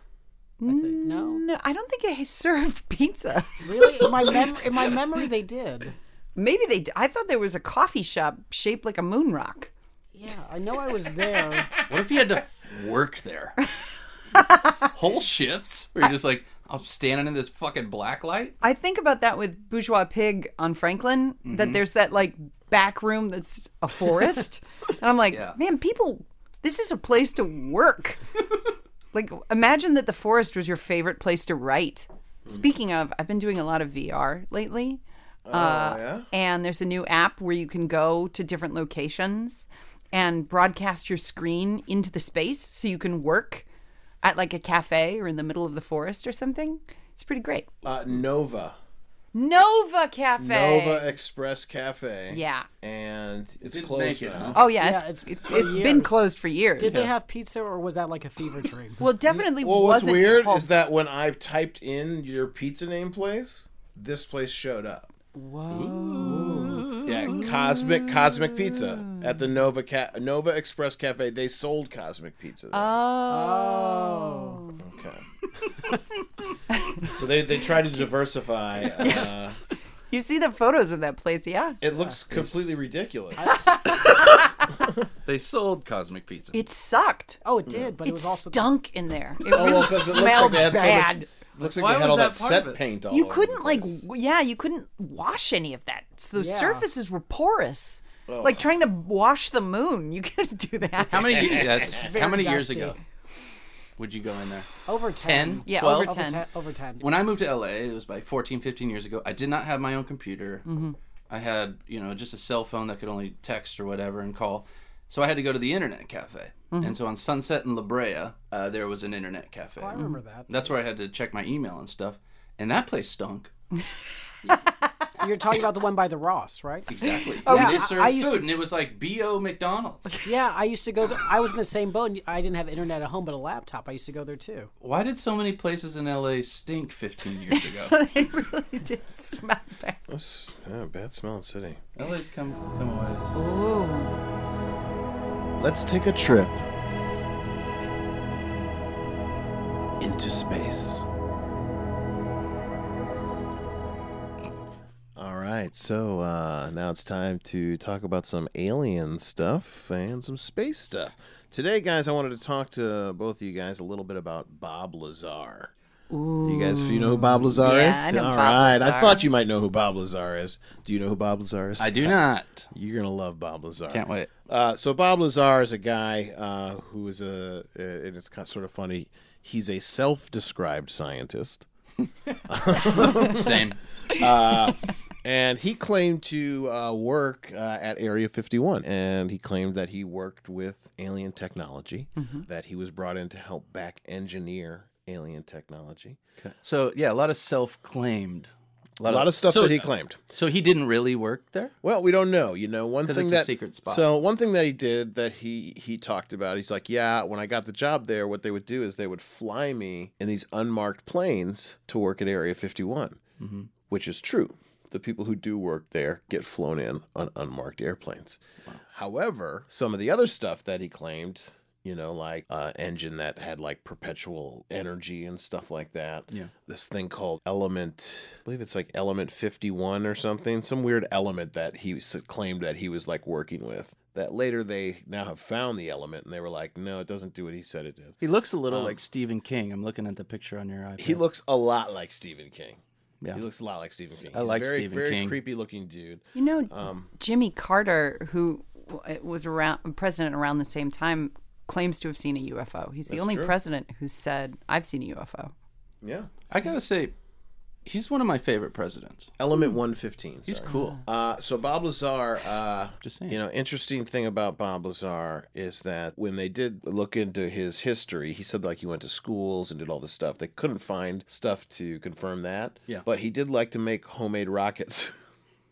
[SPEAKER 4] I think. No,
[SPEAKER 3] No, I <laughs> don't think it served pizza.
[SPEAKER 4] really. In my mem- in my memory, they did.
[SPEAKER 3] Maybe they. d- I thought there was a coffee shop shaped like a moon rock.
[SPEAKER 4] Yeah, I know I was there.
[SPEAKER 2] What if you had to work
[SPEAKER 3] <laughs>
[SPEAKER 2] there? Whole shifts? Where you're just like, I'm standing in this fucking black light?
[SPEAKER 3] I think about that with Bourgeois Pig on Franklin. That there's that like back room that's a forest, and I'm like,
[SPEAKER 2] Yeah.
[SPEAKER 3] man, people, this is a place to work. like, imagine that the forest was your favorite place to write. Speaking of, I've been doing a lot of VR lately.
[SPEAKER 1] Uh, yeah.
[SPEAKER 3] and there's a new app where you can go to different locations and broadcast your screen into the space so you can work at like a cafe or in the middle of the forest or something. It's pretty great.
[SPEAKER 1] Uh, Nova.
[SPEAKER 3] Nova Cafe.
[SPEAKER 1] Nova Express Cafe.
[SPEAKER 3] Yeah.
[SPEAKER 1] And it's
[SPEAKER 2] Didn't
[SPEAKER 1] closed
[SPEAKER 2] make it,
[SPEAKER 1] now.
[SPEAKER 3] Oh yeah,
[SPEAKER 4] Yeah,
[SPEAKER 3] it's
[SPEAKER 4] it's-
[SPEAKER 3] it's,
[SPEAKER 4] for
[SPEAKER 3] it's been
[SPEAKER 4] years.
[SPEAKER 3] closed for years.
[SPEAKER 4] Did they have pizza, or was that like a fever dream?
[SPEAKER 3] well, definitely
[SPEAKER 1] Well, what's
[SPEAKER 3] wasn't.
[SPEAKER 1] weird
[SPEAKER 3] called-
[SPEAKER 1] is that when I typed in your pizza name place, this place showed up. Whoa. Yeah, Cosmic Cosmic Pizza at the Nova Ca- Nova Express Cafe. They sold Cosmic Pizza. There.
[SPEAKER 3] Uh, oh.
[SPEAKER 1] okay. so they they tried to diversify. Uh,
[SPEAKER 3] You see the photos of that place, yeah?
[SPEAKER 1] it looks completely ridiculous.
[SPEAKER 2] They sold Cosmic Pizza.
[SPEAKER 3] It sucked.
[SPEAKER 4] Oh, it did, but it
[SPEAKER 3] It
[SPEAKER 4] was also
[SPEAKER 3] stunk in there. It
[SPEAKER 1] Oh,
[SPEAKER 3] really
[SPEAKER 1] well, 'cause it looks like
[SPEAKER 3] smelled
[SPEAKER 1] they had so much-
[SPEAKER 3] bad.
[SPEAKER 1] looks like
[SPEAKER 2] Why
[SPEAKER 1] they had
[SPEAKER 2] was
[SPEAKER 1] all
[SPEAKER 2] that
[SPEAKER 1] that,
[SPEAKER 2] part
[SPEAKER 1] set
[SPEAKER 2] of it?
[SPEAKER 1] paint all
[SPEAKER 3] You
[SPEAKER 1] over the
[SPEAKER 3] couldn't like,
[SPEAKER 1] place.
[SPEAKER 3] w- yeah, you couldn't wash any of that. So the
[SPEAKER 4] Yeah.
[SPEAKER 3] surfaces were porous. Like trying to wash the moon, you <laughs> couldn't do that.
[SPEAKER 2] How many, that's, how
[SPEAKER 4] very
[SPEAKER 2] many years
[SPEAKER 4] dusty.
[SPEAKER 2] ago would you go in there?
[SPEAKER 4] over
[SPEAKER 2] 10?
[SPEAKER 4] ten.
[SPEAKER 3] Yeah,
[SPEAKER 2] 12?
[SPEAKER 3] over
[SPEAKER 4] Over
[SPEAKER 3] 10.
[SPEAKER 4] ten. Over ten.
[SPEAKER 2] when I moved to LA, it was like 14, 15 years ago. I did not have
[SPEAKER 4] Mm-hmm.
[SPEAKER 2] my own computer. I had, you know, just a cell phone that could only text or whatever and call. So I had to go to the internet cafe.
[SPEAKER 4] Mm-hmm.
[SPEAKER 2] And so on Sunset and La Brea, uh, there was an internet cafe.
[SPEAKER 4] I remember that.
[SPEAKER 2] That's where I had to check my email and stuff. And that place stunk.
[SPEAKER 4] You're talking about the one by the Ross, right? <laughs>
[SPEAKER 2] Exactly. oh,
[SPEAKER 4] yeah,
[SPEAKER 2] we just
[SPEAKER 4] I-
[SPEAKER 2] served
[SPEAKER 4] I used
[SPEAKER 2] food
[SPEAKER 4] to-
[SPEAKER 2] and it was like B.O.
[SPEAKER 4] <laughs>
[SPEAKER 2] McDonald's.
[SPEAKER 4] Yeah, I used to go. There. I was in the same boat. And I didn't have internet at home, but a laptop. I used to go there too.
[SPEAKER 2] Why did so many places in LA stink 15 years
[SPEAKER 4] <laughs>
[SPEAKER 2] ago?
[SPEAKER 3] <laughs> It really did smell bad.
[SPEAKER 1] That's yeah, bad smelling city.
[SPEAKER 2] LA's come, come a ways.
[SPEAKER 3] Ooh.
[SPEAKER 1] Let's take a trip into space. All right, so uh, now it's time to talk about some alien stuff and some space stuff. Today, guys, I wanted to talk to both of you guys a little bit about Bob Lazar. You guys, you know who Bob Lazar is?
[SPEAKER 3] Yeah, I know
[SPEAKER 1] All
[SPEAKER 3] Bob
[SPEAKER 1] right, I
[SPEAKER 3] Lazar.
[SPEAKER 1] thought you might know who Bob Lazar is. Do you know who Bob Lazar is?
[SPEAKER 2] I do not.
[SPEAKER 1] You're gonna love Bob Lazar.
[SPEAKER 2] Can't
[SPEAKER 4] <laughs>
[SPEAKER 2] wait.
[SPEAKER 1] Uh, so Bob Lazar is a guy uh, who is a, uh, and it's kind of sort of funny. He's a self-described scientist,
[SPEAKER 2] Same.
[SPEAKER 1] Uh, and he claimed to uh, work uh, at Area 51, and he claimed that he worked with alien technology, that he was brought in to help back engineer alien technology.
[SPEAKER 2] So, yeah, a lot of self claimed.
[SPEAKER 1] A lot of stuff
[SPEAKER 2] so,
[SPEAKER 1] that he claimed.
[SPEAKER 2] So he didn't really work there?
[SPEAKER 1] Well, we don't know. You know, one
[SPEAKER 2] 'Cause
[SPEAKER 1] thing
[SPEAKER 2] it's a
[SPEAKER 1] that
[SPEAKER 2] secret spot.
[SPEAKER 1] So one thing that he did that he he talked about. He's like, yeah, when I got the job there, what they would do is they would fly me in these unmarked planes to work at Area 51,
[SPEAKER 2] Mm-hmm.
[SPEAKER 1] which is true. The people who do work there get flown in on unmarked airplanes. However, some of the other stuff that he claimed, you know, like uh, engine that had like perpetual energy and stuff like that.
[SPEAKER 2] Yeah.
[SPEAKER 1] This thing called Element, I believe it's like Element 51 or something, some weird element that he s- claimed that he was like working with. That later they now have found the element and they were like, no, it doesn't do what he said it did.
[SPEAKER 2] He looks a little like Stephen King. I'm looking at the picture on your iPad.
[SPEAKER 1] Um, He looks a lot like Stephen King.
[SPEAKER 2] Yeah.
[SPEAKER 1] He looks a lot like Stephen King.
[SPEAKER 2] I
[SPEAKER 1] He's a
[SPEAKER 2] like
[SPEAKER 1] very,
[SPEAKER 2] Stephen
[SPEAKER 1] very
[SPEAKER 2] King.
[SPEAKER 1] creepy looking dude.
[SPEAKER 3] You know,
[SPEAKER 1] Um,
[SPEAKER 3] Jimmy Carter, who w- was around president around the same time, claims to have seen a UFO. He's the
[SPEAKER 1] That's
[SPEAKER 3] only
[SPEAKER 1] true.
[SPEAKER 3] president who said, "I've seen a UFO."
[SPEAKER 1] yeah.
[SPEAKER 2] I gotta say, he's one of my favorite presidents.
[SPEAKER 1] Element 115.
[SPEAKER 2] He's
[SPEAKER 1] sorry.
[SPEAKER 2] cool.
[SPEAKER 1] Uh, so Bob Lazar, uh,
[SPEAKER 2] Just saying.
[SPEAKER 1] you know, interesting thing about Bob Lazar is that when they did look into his history, he said like he went to schools and did all this stuff. They couldn't find stuff to confirm that.
[SPEAKER 2] Yeah.
[SPEAKER 1] But he did like to make homemade rockets.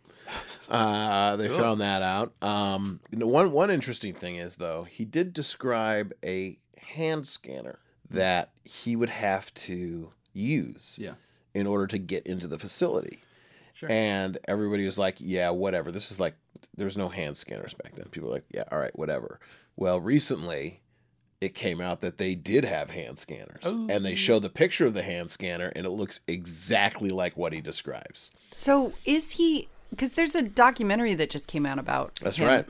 [SPEAKER 1] <laughs> uh, they found that out. Um, you know, one one interesting thing is though he did describe a hand scanner that he would have to use
[SPEAKER 2] Yeah.
[SPEAKER 1] in order to get into the facility.
[SPEAKER 2] Sure.
[SPEAKER 1] And everybody was like, yeah, whatever. This is like, there was no hand scanners back then. People were like, yeah, all right, whatever. Well, recently it came out that they did have hand scanners. And
[SPEAKER 3] Oh.
[SPEAKER 1] they show the picture of the hand scanner and it looks exactly like what he describes.
[SPEAKER 3] So, is he? Because there's a documentary that just came out about.
[SPEAKER 1] That's
[SPEAKER 3] him.
[SPEAKER 1] right.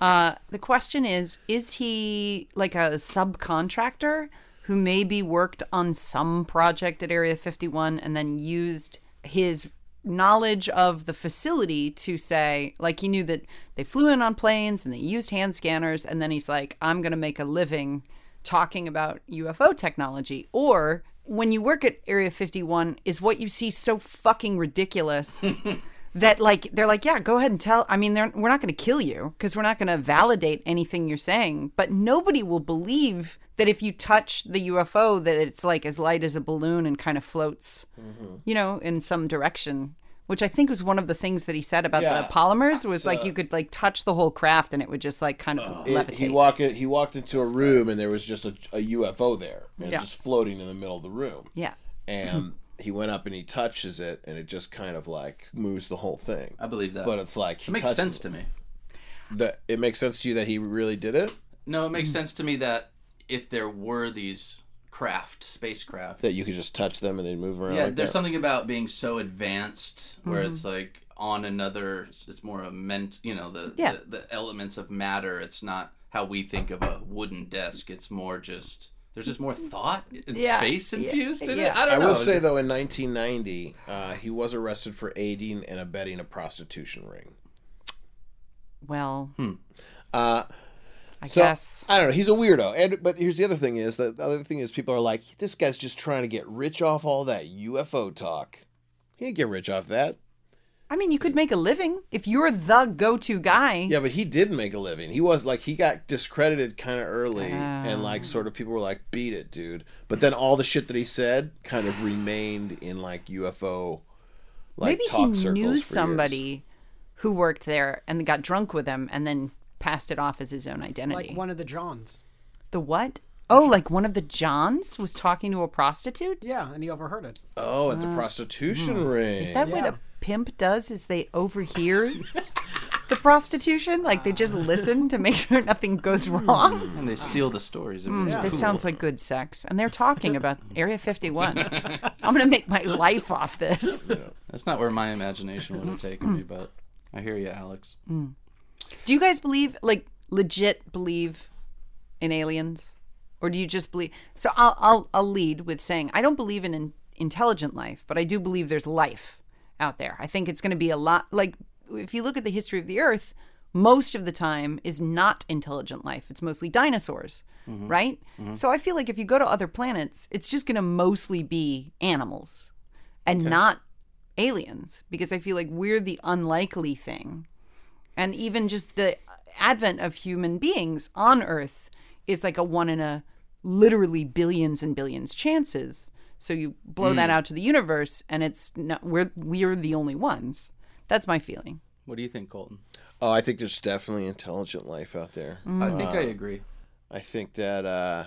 [SPEAKER 3] Uh, the question is: Is he like a subcontractor who maybe worked on some project at Area 51 and then used his knowledge of the facility to say, like, he knew that they flew in on planes and they used hand scanners, and then he's like, "I'm going to make a living talking about UFO technology," or when you work at Area 51, is what you see so fucking ridiculous that like they're like yeah go ahead and tell i mean they're, we're not going to kill you because we're not going to validate anything you're saying but nobody will believe that if you touch the ufo that it's like as light as a balloon and kind of floats
[SPEAKER 1] Mm-hmm.
[SPEAKER 3] you know in some direction which i think was one of the things that he said about
[SPEAKER 1] Yeah.
[SPEAKER 3] the polymers was like you could like touch the whole craft and it would just like kind of levitate
[SPEAKER 1] Uh, It- he walked in, he walked into a room and there was just a, a UFO there and
[SPEAKER 3] Yeah.
[SPEAKER 1] just floating in the middle of the room.
[SPEAKER 3] yeah
[SPEAKER 1] And he went up and he touches it and it just kind of like moves the whole thing.
[SPEAKER 2] I believe that.
[SPEAKER 1] But it's like he
[SPEAKER 2] it makes
[SPEAKER 1] touches
[SPEAKER 2] sense to me.
[SPEAKER 1] that it makes sense to you that he really did it
[SPEAKER 2] No, it
[SPEAKER 1] Mm.
[SPEAKER 2] makes sense to me that if there were these craft, spacecraft,
[SPEAKER 1] that you could just touch them and they move around
[SPEAKER 2] yeah,
[SPEAKER 1] like
[SPEAKER 2] there's
[SPEAKER 1] that.
[SPEAKER 2] something about being so advanced where
[SPEAKER 3] Mm-hmm.
[SPEAKER 2] it's like on another. It's more a ment, you know, the,
[SPEAKER 3] Yeah.
[SPEAKER 2] the the elements of matter. It's not how we think of a wooden desk. It's more just there's just more thought and
[SPEAKER 3] Yeah.
[SPEAKER 2] space
[SPEAKER 3] Yeah.
[SPEAKER 2] infused in it.
[SPEAKER 3] Yeah.
[SPEAKER 2] I don't
[SPEAKER 1] I
[SPEAKER 2] know.
[SPEAKER 1] will say though, in 1990, uh, he was arrested for aiding and abetting a prostitution ring.
[SPEAKER 3] well
[SPEAKER 1] Uh,
[SPEAKER 3] i
[SPEAKER 1] so
[SPEAKER 3] guess
[SPEAKER 1] I don't know. He's a weirdo. And but here's the other thing: is that the other thing is people are like, this guy's just trying to get rich off all that UFO talk. He didn't get rich off that.
[SPEAKER 3] I mean, you could make a living if you're the go-to guy.
[SPEAKER 1] Yeah, but he did make a living. He was like he got discredited kind of early, and
[SPEAKER 3] Oh.
[SPEAKER 1] like sort of people were like, "Beat it, dude." But then all the shit that he said kind of remained in like UFO, like
[SPEAKER 3] Maybe he
[SPEAKER 1] talk circles for
[SPEAKER 3] knew
[SPEAKER 1] years.
[SPEAKER 3] somebody who worked there and got drunk with him and then passed it off as his own identity.
[SPEAKER 4] Like one of the Johns.
[SPEAKER 3] the what? Oh, like one of the Johns was talking to a prostitute?
[SPEAKER 4] Yeah, and he overheard it.
[SPEAKER 1] Oh, at the prostitution ring.
[SPEAKER 3] Uh, hmm. Is that what a pimp does? Is they overhear the prostitution? Like they just listen to make sure nothing goes wrong?
[SPEAKER 2] And they steal the stories. If it's
[SPEAKER 3] Mm. This
[SPEAKER 2] cool.
[SPEAKER 3] sounds like good sex. And they're talking about Area 51. I'm going to make my life off this.
[SPEAKER 2] That's not where my imagination would have
[SPEAKER 3] Mm-hmm.
[SPEAKER 2] taken me, but I hear you, Alex.
[SPEAKER 3] Mm. Do you guys believe, like, legit believe in aliens, or do you just believe? So I'll I'll, I'll lead with saying I don't believe in, in intelligent life, but I do believe there's life out there. I think it's going to be a lot. Like, if you look at the history of the Earth, most of the time is not intelligent life. It's mostly dinosaurs, right? So I feel like if you go to other planets, it's just going to mostly be animals and not aliens because I feel like we're the unlikely thing and even just the advent of human beings on earth is like a one in a literally billions and billions chances so you blow
[SPEAKER 1] Mm.
[SPEAKER 3] that out to the universe and it's not we're we're the only ones that's my feeling
[SPEAKER 2] What do you think, Colton?
[SPEAKER 1] Oh, I think there's definitely intelligent life out there.
[SPEAKER 3] Mm.
[SPEAKER 2] I think I agree.
[SPEAKER 1] I think that uh,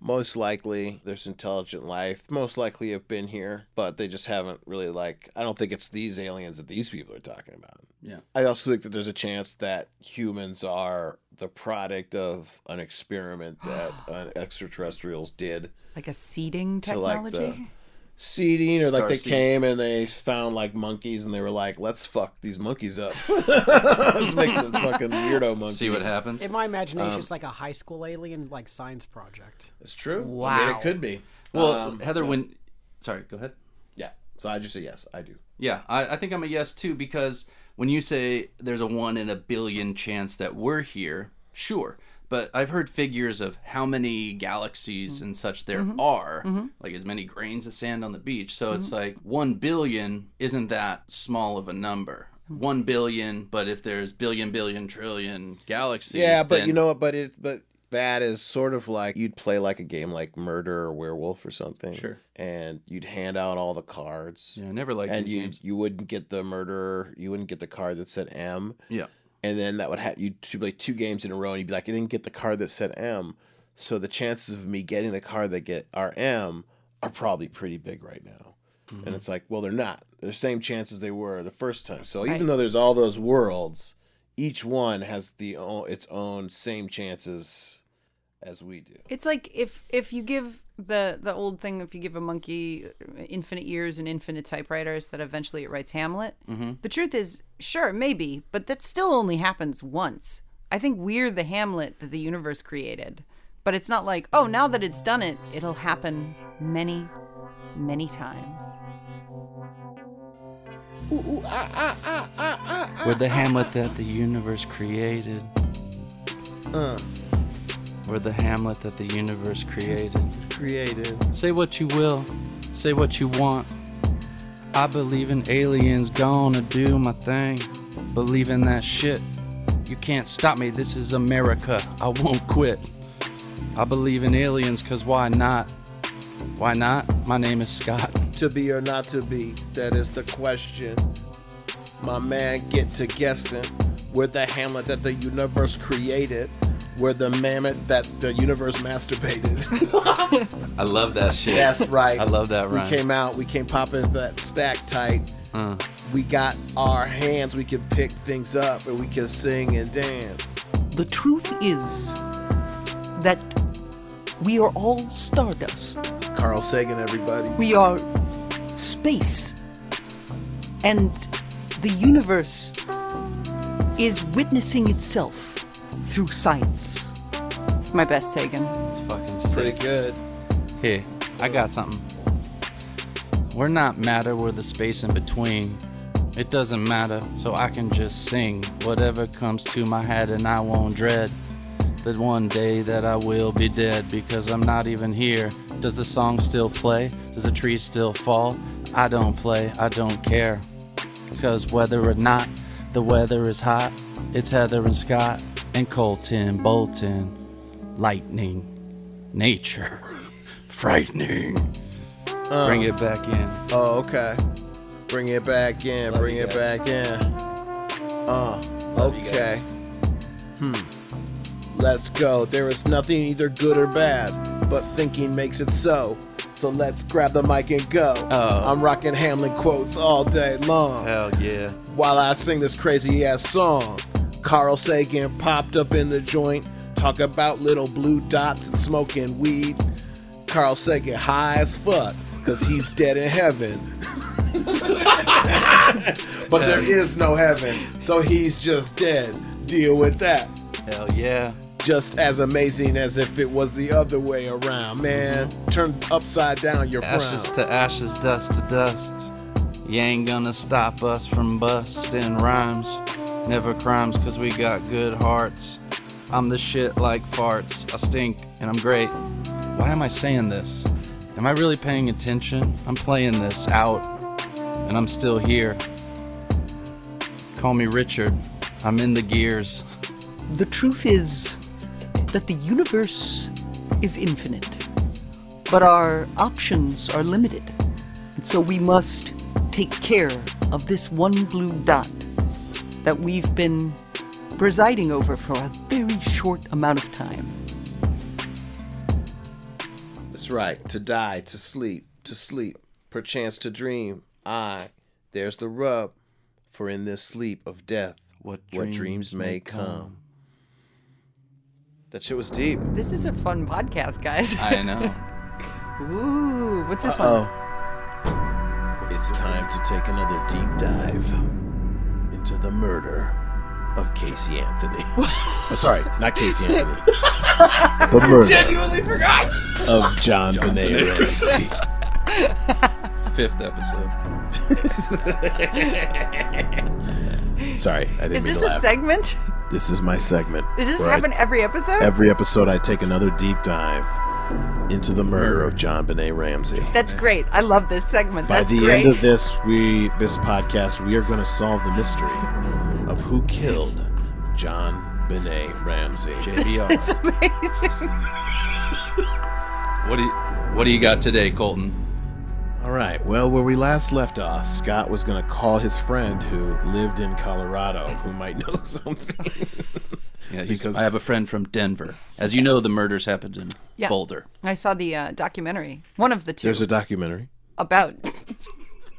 [SPEAKER 1] most likely there's intelligent life. Most likely have been here, but they just haven't really like. I don't think it's these aliens that these people are talking about.
[SPEAKER 2] Yeah.
[SPEAKER 1] I also think that there's a chance that humans are the product of an experiment
[SPEAKER 3] <gasps>
[SPEAKER 1] that uh, extraterrestrials did
[SPEAKER 3] like a seeding
[SPEAKER 1] to like
[SPEAKER 3] technology
[SPEAKER 1] the seeding or like
[SPEAKER 2] Star
[SPEAKER 1] they
[SPEAKER 2] seeds.
[SPEAKER 1] came and they found like monkeys and they were like let's fuck these monkeys
[SPEAKER 3] <laughs>
[SPEAKER 1] up let's make some fucking weirdo monkeys
[SPEAKER 2] See what happens.
[SPEAKER 4] In my imagination, it's like a high school alien, like science project.
[SPEAKER 1] it's true I mean,
[SPEAKER 3] Wow.
[SPEAKER 1] it could be
[SPEAKER 2] Well,
[SPEAKER 1] Um,
[SPEAKER 2] Heather, when sorry, go ahead.
[SPEAKER 1] yeah so i just say yes i do
[SPEAKER 2] Yeah, I, I think I'm a yes too because when you say there's a one in a billion chance that we're here, sure. But I've heard figures of how many galaxies and such there are, like as many grains of sand on the beach. So it's like 1 billion isn't that small of a number. 1 billion, but if there's billion, billion, trillion galaxies.
[SPEAKER 1] yeah but
[SPEAKER 2] then-
[SPEAKER 1] you know what but it but that is sort of like you'd play like a game like murder or werewolf or something
[SPEAKER 2] Sure.
[SPEAKER 1] and you'd hand out all the cards
[SPEAKER 2] Yeah, I never liked
[SPEAKER 1] and
[SPEAKER 2] these
[SPEAKER 1] you
[SPEAKER 2] games.
[SPEAKER 1] you wouldn't get the murderer, you wouldn't get the card that said M,
[SPEAKER 2] Yeah.
[SPEAKER 1] and then that would have you'd do like two games in a row, and you'd be like, I didn't get the card that said M, so the chances of me getting the card that get are M are probably pretty big right now.
[SPEAKER 2] Mm-hmm.
[SPEAKER 1] And it's like, well, they're not. They're the same chances they were the first time. So
[SPEAKER 3] Right.
[SPEAKER 1] even though there's all those worlds, each one has the o- its own same chances as we do.
[SPEAKER 3] It's like if if you give the the old thing if you give a monkey uh, infinite years and infinite typewriters that eventually it writes Hamlet. The truth is, sure, maybe, but that still only happens once. I think we're the Hamlet that the universe created, but it's not like oh now that it's done it it'll happen many many times.
[SPEAKER 2] We're the Hamlet that the universe created. We're the Hamlet that the universe created.
[SPEAKER 1] Created.
[SPEAKER 2] Say what you will, say what you want. I believe in aliens, gonna do my thing. Believe in that shit. You can't stop me, this is America, I won't quit. I believe in aliens, cause why not? Why not? My name is Scott.
[SPEAKER 1] To be or not to be, that is the question. My man, get to guessing. We're the Hamlet that the universe created. We're the mammoth that the universe masturbated. <laughs>
[SPEAKER 2] I love that shit.
[SPEAKER 1] That's right.
[SPEAKER 2] I love that rhyme. Mm.
[SPEAKER 1] We came out, we came popping that stack tight. We got our hands, we can pick things up and we can sing and dance.
[SPEAKER 5] The truth is that we are all stardust.
[SPEAKER 1] Carl Sagan, everybody.
[SPEAKER 5] We are space. And the universe is witnessing itself through science.
[SPEAKER 3] It's my best Sagan.
[SPEAKER 2] It's fucking sick.
[SPEAKER 1] Pretty good.
[SPEAKER 2] Hey, I got something. We're not matter, we're the space in between. It doesn't matter, so I can just sing whatever comes to my head, and I won't dread that one day that I will be dead because I'm not even here. Does the song still play? Does the tree still fall? I don't play, I don't care.
[SPEAKER 6] Because whether or not the weather is hot, it's Heather and Scott and Colton, Bolton, lightning, nature, frightening. Bring it back in.
[SPEAKER 1] Oh, okay. Bring it back in.
[SPEAKER 6] Love
[SPEAKER 1] bring
[SPEAKER 6] you
[SPEAKER 1] it
[SPEAKER 6] guys.
[SPEAKER 1] back in. Uh,
[SPEAKER 6] Love you
[SPEAKER 1] okay. Hmm. Let's go. There is nothing either good or bad, but thinking makes it so. So let's grab the mic and go.
[SPEAKER 6] Oh.
[SPEAKER 1] I'm rocking Hamlin quotes all day long
[SPEAKER 6] Hell yeah.
[SPEAKER 1] while I sing this crazy ass song. Carl Sagan popped up in the joint, talk about little blue dots and smoking weed. Carl Sagan high as fuck, cause he's dead in heaven. <laughs> but there is no heaven, so he's just dead. Deal with that.
[SPEAKER 6] Hell yeah.
[SPEAKER 1] Just as amazing as if it was the other way around, man. Turn upside down your frown.
[SPEAKER 6] Ashes to ashes, dust to dust. You ain't gonna stop us from busting rhymes. Never crimes, cause we got good hearts. I'm the shit like farts. I stink and I'm great. Why am I saying this? Am I really paying attention? I'm playing this out and I'm still here. Call me Richard. I'm in the gears.
[SPEAKER 5] The truth is that the universe is infinite, but our options are limited. And so we must take care of this one blue dot that we've been presiding over for a very short amount of time.
[SPEAKER 1] That's right. To die, to sleep, to sleep, perchance to dream. Aye, there's the rub. For in this sleep of death,
[SPEAKER 6] What
[SPEAKER 1] what dreams may come. That shit was deep.
[SPEAKER 3] This is a fun podcast, guys.
[SPEAKER 6] <laughs>
[SPEAKER 2] I know.
[SPEAKER 3] Ooh, what's this one?
[SPEAKER 1] Oh. It's time to take another deep dive into the murder of Casey <laughs> Anthony. oh, sorry, not Casey <laughs> Anthony. the murder. Of John, Benet Ramsey.
[SPEAKER 2] Fifth episode.
[SPEAKER 1] Sorry, I didn't
[SPEAKER 3] Is
[SPEAKER 1] mean
[SPEAKER 3] this
[SPEAKER 1] to
[SPEAKER 3] a
[SPEAKER 1] laugh.
[SPEAKER 3] segment? <laughs>
[SPEAKER 1] this is my segment.
[SPEAKER 3] Does this
[SPEAKER 1] where I
[SPEAKER 3] happen every episode?
[SPEAKER 1] Every episode, I take another deep dive into the murder of John Benet Ramsey.
[SPEAKER 3] That's great. I love this segment.
[SPEAKER 1] By
[SPEAKER 3] That's
[SPEAKER 1] the
[SPEAKER 3] great.
[SPEAKER 1] end
[SPEAKER 3] <laughs>
[SPEAKER 1] of this, we this podcast, we are going to solve the mystery of who killed John Benet Ramsey.
[SPEAKER 6] JBR.
[SPEAKER 3] it's amazing.
[SPEAKER 2] What do you What do you got today, Colton?
[SPEAKER 1] <laughs> All right. Well, where we last left off, Scott was going to call his friend who lived in Colorado, who might know <laughs> something.
[SPEAKER 2] Yeah, he's,
[SPEAKER 1] Because-
[SPEAKER 2] I have a friend from Denver. As you know, the murders happened in
[SPEAKER 3] Yeah.
[SPEAKER 2] Boulder.
[SPEAKER 3] I saw the uh, documentary, one of the two,
[SPEAKER 1] There's a documentary.
[SPEAKER 3] about. <laughs>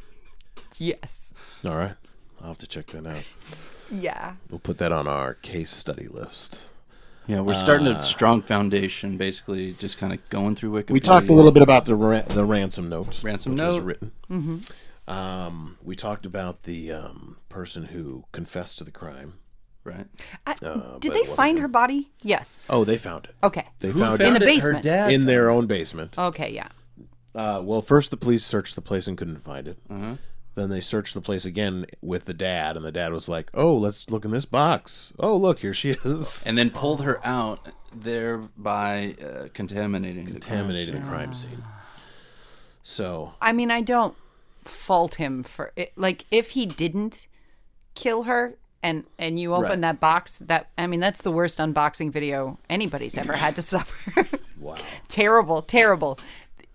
[SPEAKER 3] yes.
[SPEAKER 1] All right. I'll have to check that out.
[SPEAKER 3] Yeah.
[SPEAKER 1] We'll put that on our case study list.
[SPEAKER 2] Yeah, we're starting a strong foundation, basically just kind of going through Wikipedia.
[SPEAKER 1] We talked a little bit about the ra- the ransom note.
[SPEAKER 2] Ransom
[SPEAKER 1] which was
[SPEAKER 2] note.
[SPEAKER 1] written. Um, we talked about the um, person who confessed to the crime.
[SPEAKER 2] right?
[SPEAKER 3] I,
[SPEAKER 1] but
[SPEAKER 3] did
[SPEAKER 1] it
[SPEAKER 3] they
[SPEAKER 1] wasn't
[SPEAKER 3] find her body? Yes.
[SPEAKER 1] Oh, they found it.
[SPEAKER 3] Okay.
[SPEAKER 1] They
[SPEAKER 6] Who
[SPEAKER 1] found,
[SPEAKER 6] found it?
[SPEAKER 3] the
[SPEAKER 6] Her
[SPEAKER 3] basement.
[SPEAKER 6] dad.
[SPEAKER 1] it in their own basement.
[SPEAKER 3] Okay. Yeah.
[SPEAKER 1] Uh, well, first the police searched the place and couldn't find it. Then they searched the place again with the dad, and the dad was like, "Oh, let's look in this box. Oh, look, here she is."
[SPEAKER 2] <laughs> And then pulled her out, thereby uh, contaminating the crime
[SPEAKER 1] Contaminated
[SPEAKER 2] scene.
[SPEAKER 1] a crime scene. So
[SPEAKER 3] I mean, I don't fault him for it. Like, if he didn't kill her and and you open
[SPEAKER 1] Right.
[SPEAKER 3] that box, that I mean, that's the worst unboxing video anybody's ever had to <laughs> suffer.
[SPEAKER 1] wow,
[SPEAKER 3] terrible, terrible.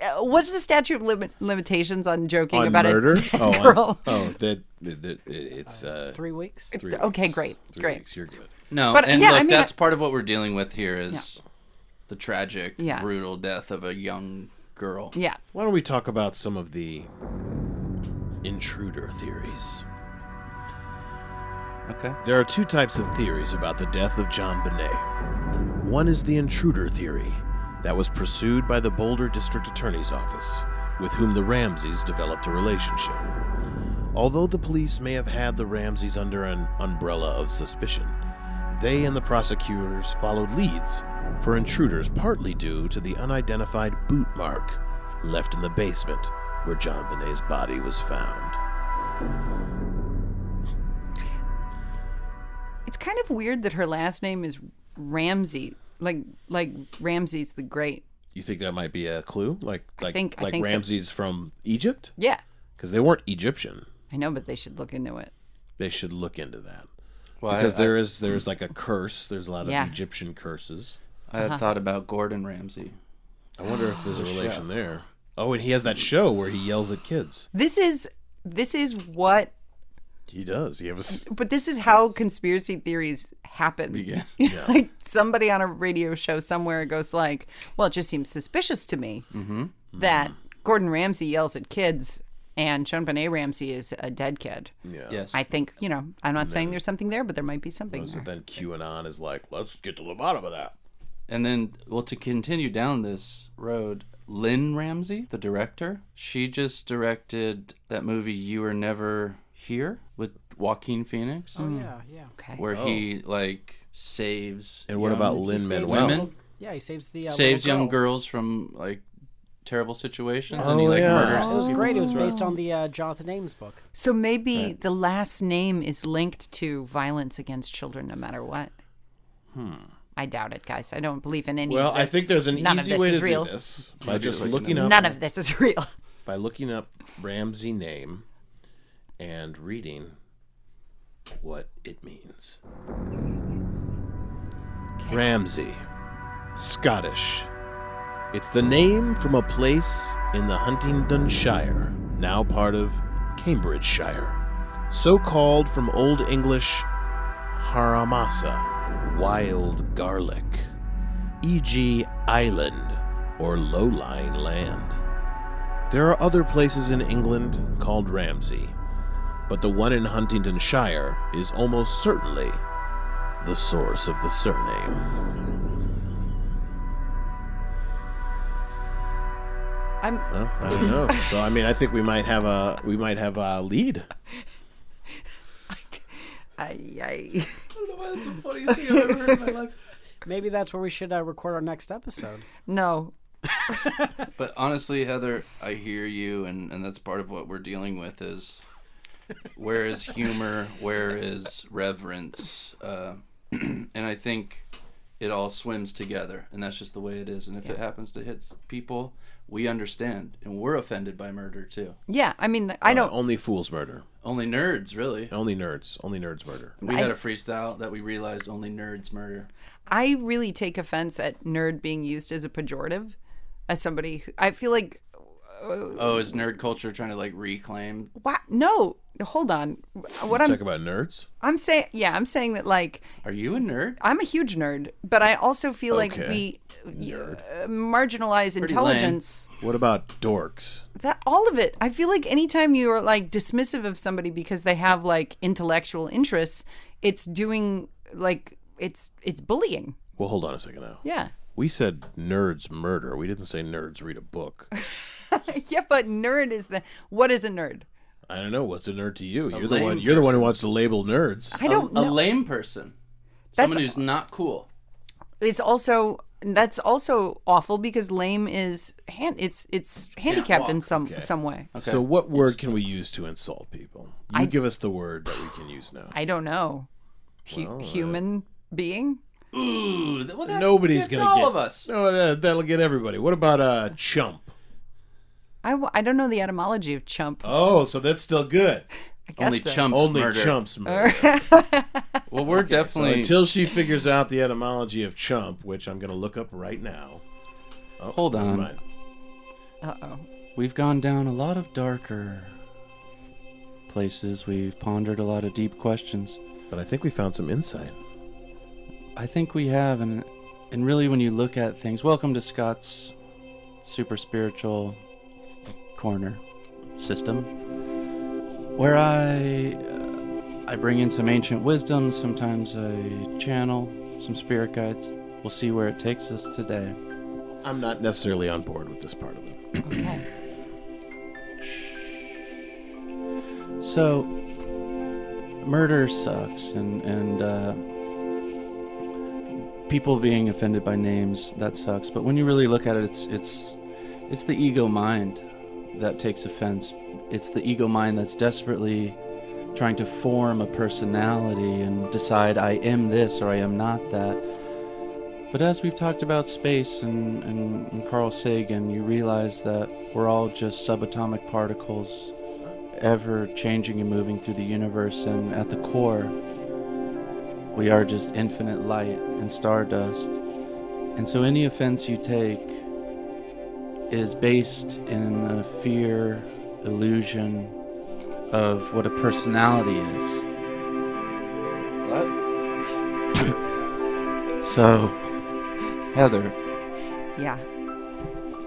[SPEAKER 3] Uh, What's the statute of lim- limitations on joking
[SPEAKER 1] on
[SPEAKER 3] about <laughs>
[SPEAKER 1] murder.
[SPEAKER 3] a dead
[SPEAKER 1] oh, on-
[SPEAKER 3] girl?
[SPEAKER 1] oh, that, that, that- it's uh,
[SPEAKER 4] Three weeks.
[SPEAKER 1] three
[SPEAKER 3] okay,
[SPEAKER 1] weeks.
[SPEAKER 3] great,
[SPEAKER 1] Three
[SPEAKER 3] great.
[SPEAKER 1] weeks, You're good.
[SPEAKER 2] No,
[SPEAKER 3] But,
[SPEAKER 2] and
[SPEAKER 3] yeah,
[SPEAKER 2] look,
[SPEAKER 3] I mean,
[SPEAKER 2] that's
[SPEAKER 3] I-
[SPEAKER 2] part of what we're dealing with here is the tragic,
[SPEAKER 3] Yeah.
[SPEAKER 2] brutal death of a young girl.
[SPEAKER 3] Yeah.
[SPEAKER 1] Why don't we talk about some of the intruder theories?
[SPEAKER 6] Okay.
[SPEAKER 1] There are two types of theories about the death of John Binet. One is the intruder theory that was pursued by the Boulder District Attorney's Office, with whom the Ramseys developed a relationship. Although the police may have had the Ramseys under an umbrella of suspicion, they and the prosecutors followed leads for intruders partly due to the unidentified boot mark left in the basement where John Binet's body was found.
[SPEAKER 3] It's kind of weird that her last name is Ramsey, like like Ramses the Great.
[SPEAKER 1] You think that might be a clue? Like like
[SPEAKER 3] think- I
[SPEAKER 1] like
[SPEAKER 3] think so.
[SPEAKER 1] Ramses from Egypt?
[SPEAKER 3] Yeah.
[SPEAKER 1] Because they weren't Egyptian.
[SPEAKER 3] I know, but they should look into it.
[SPEAKER 1] They should look into that
[SPEAKER 2] Well,
[SPEAKER 1] because
[SPEAKER 2] I,
[SPEAKER 1] there is there's like a curse. There's a lot of
[SPEAKER 3] Yeah.
[SPEAKER 1] Egyptian curses.
[SPEAKER 2] I, I
[SPEAKER 3] Uh-huh.
[SPEAKER 2] had thought about Gordon Ramsay.
[SPEAKER 1] I wonder if there's a relation there. Oh, and he has that show where he yells at kids.
[SPEAKER 3] This is this is what
[SPEAKER 1] He does. He has.
[SPEAKER 3] but this is how conspiracy theories happen.
[SPEAKER 2] Yeah.
[SPEAKER 3] <laughs> like somebody on a radio show somewhere goes like, "Well, it just seems suspicious to me
[SPEAKER 1] Mm-hmm.
[SPEAKER 3] that Gordon Ramsay yells at kids and Sean Benet Ramsey is a dead kid."
[SPEAKER 2] Yes.
[SPEAKER 3] I think you know. I'm not saying there's something there, but there might be something.
[SPEAKER 1] So <laughs>
[SPEAKER 3] There.
[SPEAKER 1] then QAnon is like, let's get to the bottom of that.
[SPEAKER 2] And then, well, to continue down this road, Lynn Ramsey, the director, she just directed that movie You Were Never Here with Joaquin Phoenix,
[SPEAKER 4] Oh,
[SPEAKER 1] Oh.
[SPEAKER 4] Yeah, yeah.
[SPEAKER 3] Okay.
[SPEAKER 2] where he like saves
[SPEAKER 1] And what
[SPEAKER 2] young-
[SPEAKER 1] about
[SPEAKER 4] He
[SPEAKER 1] Lin
[SPEAKER 4] saves
[SPEAKER 1] Manuel?
[SPEAKER 4] the
[SPEAKER 2] Women?
[SPEAKER 4] little- Yeah, he saves the uh,
[SPEAKER 2] saves
[SPEAKER 4] little
[SPEAKER 2] young
[SPEAKER 4] girl.
[SPEAKER 2] girls from like terrible situations, and he
[SPEAKER 1] Oh,
[SPEAKER 2] like
[SPEAKER 1] yeah.
[SPEAKER 2] murders.
[SPEAKER 4] It was great. It was based on the uh, Jonathan Ames book.
[SPEAKER 3] So maybe the last name is linked to violence against children, no matter what. Hmm. I doubt it, guys. I don't believe in any.
[SPEAKER 1] Well,
[SPEAKER 3] of
[SPEAKER 1] I
[SPEAKER 3] this.
[SPEAKER 1] think there's an
[SPEAKER 3] None
[SPEAKER 1] easy
[SPEAKER 3] of this
[SPEAKER 1] way
[SPEAKER 3] is
[SPEAKER 1] to
[SPEAKER 3] real.
[SPEAKER 1] do this by just looking up
[SPEAKER 3] None of this is real. <laughs>
[SPEAKER 1] by looking up Ramsey name and reading what it means. Ramsey, Scottish. It's the name from a place in the Huntingdonshire, now part of Cambridgeshire. So called from Old English haramasa, wild garlic, e.g., island or low lying land. There are other places in England called Ramsey, but the one in Huntingdonshire is almost certainly the source of the surname.
[SPEAKER 3] I'm.
[SPEAKER 1] Well, I don't know. so I mean, I think we might have a we might have a lead.
[SPEAKER 3] I, I,
[SPEAKER 4] Maybe that's where we should uh, record our next episode.
[SPEAKER 3] no,
[SPEAKER 2] But honestly, Heather, I hear you, and, and that's part of what we're dealing with is where is humor, where is reverence, uh, <clears throat> and I think it all swims together, and that's just the way it is. And if it happens to hit s- people, we understand, and we're offended by murder too.
[SPEAKER 3] Yeah, I mean, I don't.
[SPEAKER 1] Only fools murder.
[SPEAKER 2] Only nerds, really.
[SPEAKER 1] Only nerds. Only nerds murder.
[SPEAKER 3] Um,
[SPEAKER 2] We had a freestyle that we realized only nerds murder.
[SPEAKER 3] I really take offense at nerd being used as a pejorative. As somebody, who, I feel like,
[SPEAKER 2] Oh, is nerd culture trying to like reclaim?
[SPEAKER 3] what? No, hold on. What I'm,
[SPEAKER 1] Talk about nerds.
[SPEAKER 3] I'm saying, yeah, I'm saying that like
[SPEAKER 2] Are you a nerd?
[SPEAKER 3] I'm a huge nerd, but I also feel like
[SPEAKER 1] Okay.
[SPEAKER 3] we uh, marginalize
[SPEAKER 2] lame.
[SPEAKER 3] intelligence.
[SPEAKER 1] What about dorks?
[SPEAKER 3] That all of it. I feel like anytime you are like dismissive of somebody because they have like intellectual interests, it's doing like it's it's bullying.
[SPEAKER 1] Well, hold on a second now.
[SPEAKER 3] Yeah.
[SPEAKER 1] We said nerds murder. We didn't say nerds read a book.
[SPEAKER 3] <laughs> yeah, but nerd is the what is a nerd?
[SPEAKER 1] I don't know what's a nerd to you. You're the
[SPEAKER 2] lame
[SPEAKER 1] one. You're the one who
[SPEAKER 2] person.
[SPEAKER 1] wants to label nerds.
[SPEAKER 3] I don't
[SPEAKER 2] a, a
[SPEAKER 3] know.
[SPEAKER 2] lame person.
[SPEAKER 3] That's-
[SPEAKER 2] Someone who's not cool.
[SPEAKER 3] It's also that's also awful because lame is hand it's it's handicapped in
[SPEAKER 2] walk.
[SPEAKER 3] some some way.
[SPEAKER 1] So, what word can we use to insult people? You give us the word that we can use now.
[SPEAKER 3] I don't know.
[SPEAKER 2] uh,
[SPEAKER 3] Hu- human being?
[SPEAKER 2] Ooh, th- well, that
[SPEAKER 1] Nobody's
[SPEAKER 2] gets
[SPEAKER 1] gonna
[SPEAKER 2] all
[SPEAKER 1] get
[SPEAKER 2] of us.
[SPEAKER 1] No, that, uh, that'll get everybody. What about uh, chump?
[SPEAKER 3] I, w- I don't know the etymology of chump.
[SPEAKER 1] Oh, so that's still good.
[SPEAKER 3] I guess uh,
[SPEAKER 2] Only
[SPEAKER 3] so.
[SPEAKER 2] chumps
[SPEAKER 1] Only
[SPEAKER 2] murder.
[SPEAKER 1] chumps murder.
[SPEAKER 2] Well, we're
[SPEAKER 1] So
[SPEAKER 2] definitely.
[SPEAKER 1] until she figures out the etymology of chump, which I'm gonna look up right now. Oh,
[SPEAKER 2] Hold
[SPEAKER 1] never
[SPEAKER 2] on.
[SPEAKER 1] mind.
[SPEAKER 3] Uh-oh.
[SPEAKER 2] We've gone down a lot of darker places. We've pondered a lot of deep questions.
[SPEAKER 1] But I think we found some insight.
[SPEAKER 2] I think we have, and and really, when you look at things, welcome to Scott's super spiritual corner system, where I uh, I bring in some ancient wisdom. Sometimes I channel some spirit guides. We'll see where it takes us today.
[SPEAKER 1] I'm not necessarily on board with this part of it.
[SPEAKER 3] Okay.
[SPEAKER 2] So, murder sucks, and and uh, people being offended by names that sucks. But when you really look at it, it's it's it's the ego mind that takes offense. It's the ego mind that's desperately trying to form a personality and decide I am this or I am not that. But as we've talked about space and, and, and Carl Sagan, you realize that we're all just subatomic particles ever changing and moving through the universe, and at the core, we are just infinite light and stardust. And so any offense you take is based in the fear, illusion of what a personality is.
[SPEAKER 1] What?
[SPEAKER 2] So, Heather,
[SPEAKER 3] Yeah.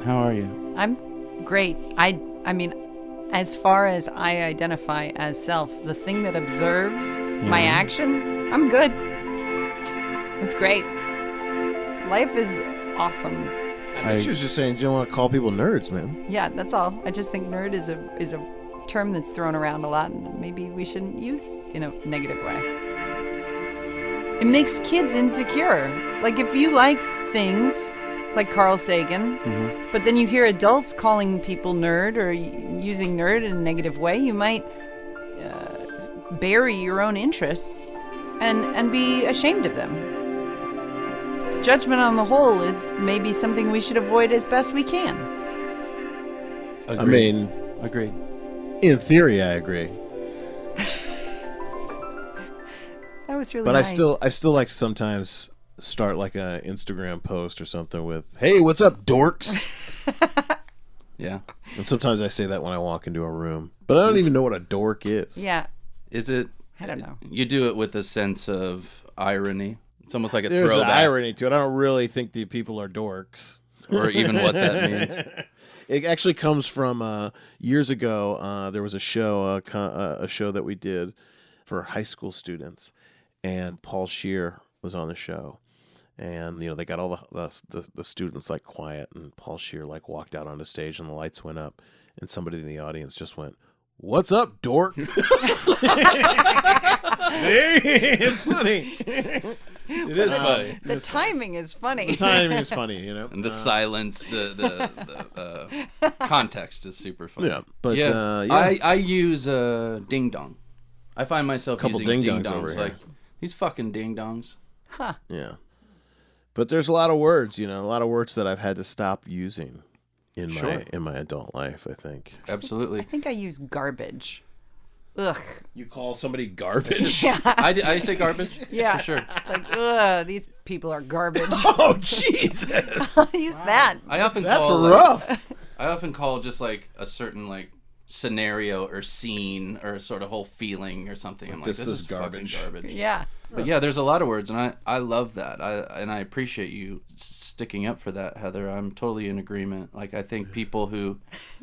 [SPEAKER 2] how are you?
[SPEAKER 3] I'm great. I I mean, as far as I identify as self, the thing that observes my
[SPEAKER 2] Yeah.
[SPEAKER 3] action, I'm good. It's great. Life is awesome.
[SPEAKER 1] I think she was just saying you don't want to call people nerds, man.
[SPEAKER 3] Yeah, that's all. I just think nerd is a is a term that's thrown around a lot and maybe we shouldn't use in a negative way. It makes kids insecure. Like if you like things like Carl Sagan, but then you hear adults calling people nerd or y- using nerd in a negative way, you might uh, bury your own interests and and be ashamed of them. Judgment on the whole is maybe something we should avoid as best we can.
[SPEAKER 2] Agreed.
[SPEAKER 1] I mean,
[SPEAKER 2] agreed.
[SPEAKER 1] in theory, I agree,
[SPEAKER 3] That was really
[SPEAKER 1] but
[SPEAKER 3] nice.
[SPEAKER 1] I still, I still like to sometimes start like a Instagram post or something with, "Hey, what's up,
[SPEAKER 3] <laughs>
[SPEAKER 1] dorks?"
[SPEAKER 2] Yeah.
[SPEAKER 1] and sometimes I say that when I walk into a room, but I don't even know what a dork is.
[SPEAKER 3] Yeah.
[SPEAKER 2] Is it?
[SPEAKER 3] I don't know.
[SPEAKER 2] You do it with a sense of irony. It's almost like a
[SPEAKER 1] There's an
[SPEAKER 2] throwback,
[SPEAKER 1] irony to it. I don't really think the people are dorks.
[SPEAKER 2] or even
[SPEAKER 1] <laughs>
[SPEAKER 2] what that means.
[SPEAKER 1] It actually comes from uh, years ago. Uh, there was a show, a, co- uh, a show that we did for high school students, and Paul Shear was on the show. And you know they got all the the, the, the students like quiet, and Paul Shear like walked out onto stage, and the lights went up, and somebody in the audience just went, "What's up, <laughs> dork?" it's funny. Um, it is funny.
[SPEAKER 3] The timing is funny.
[SPEAKER 1] Timing is funny, you know.
[SPEAKER 7] And
[SPEAKER 2] Uh.
[SPEAKER 7] the silence, the the, the
[SPEAKER 2] <laughs>
[SPEAKER 7] uh, context is super fun.
[SPEAKER 1] Yeah, but
[SPEAKER 2] yeah.
[SPEAKER 1] Uh, yeah.
[SPEAKER 2] I, I use uh, ding dong. I find myself
[SPEAKER 1] Couple
[SPEAKER 2] using ding
[SPEAKER 1] ding-dongs over
[SPEAKER 2] dongs
[SPEAKER 1] here.
[SPEAKER 2] like these fucking ding dongs.
[SPEAKER 1] Yeah. But there's a lot of words, you know, a lot of words that I've had to stop using in
[SPEAKER 2] Sure.
[SPEAKER 1] my in my adult life, I think.
[SPEAKER 3] I
[SPEAKER 7] <laughs>
[SPEAKER 2] Absolutely.
[SPEAKER 3] think I use garbage. Ugh.
[SPEAKER 1] You call somebody garbage?
[SPEAKER 2] I, d- I say
[SPEAKER 7] <laughs>
[SPEAKER 2] garbage.
[SPEAKER 3] <laughs> Yeah.
[SPEAKER 2] for sure.
[SPEAKER 3] Like, ugh, these people are <laughs>
[SPEAKER 1] <laughs>
[SPEAKER 3] garbage.
[SPEAKER 1] oh Jesus.
[SPEAKER 3] I'll use that.
[SPEAKER 2] I often
[SPEAKER 1] That's
[SPEAKER 2] call, like-
[SPEAKER 1] rough.
[SPEAKER 2] I often call just like a certain like scenario or scene or sort of whole feeling or something. I'm like,
[SPEAKER 1] this
[SPEAKER 2] this,
[SPEAKER 1] is
[SPEAKER 2] is, garbage.
[SPEAKER 1] garbage.
[SPEAKER 2] fucking garbage.
[SPEAKER 3] Yeah. <laughs>
[SPEAKER 2] But yeah, there's a lot of words, and I, I love that. I and I appreciate you s- sticking up for that, Heather. I'm totally in agreement. Like I think people who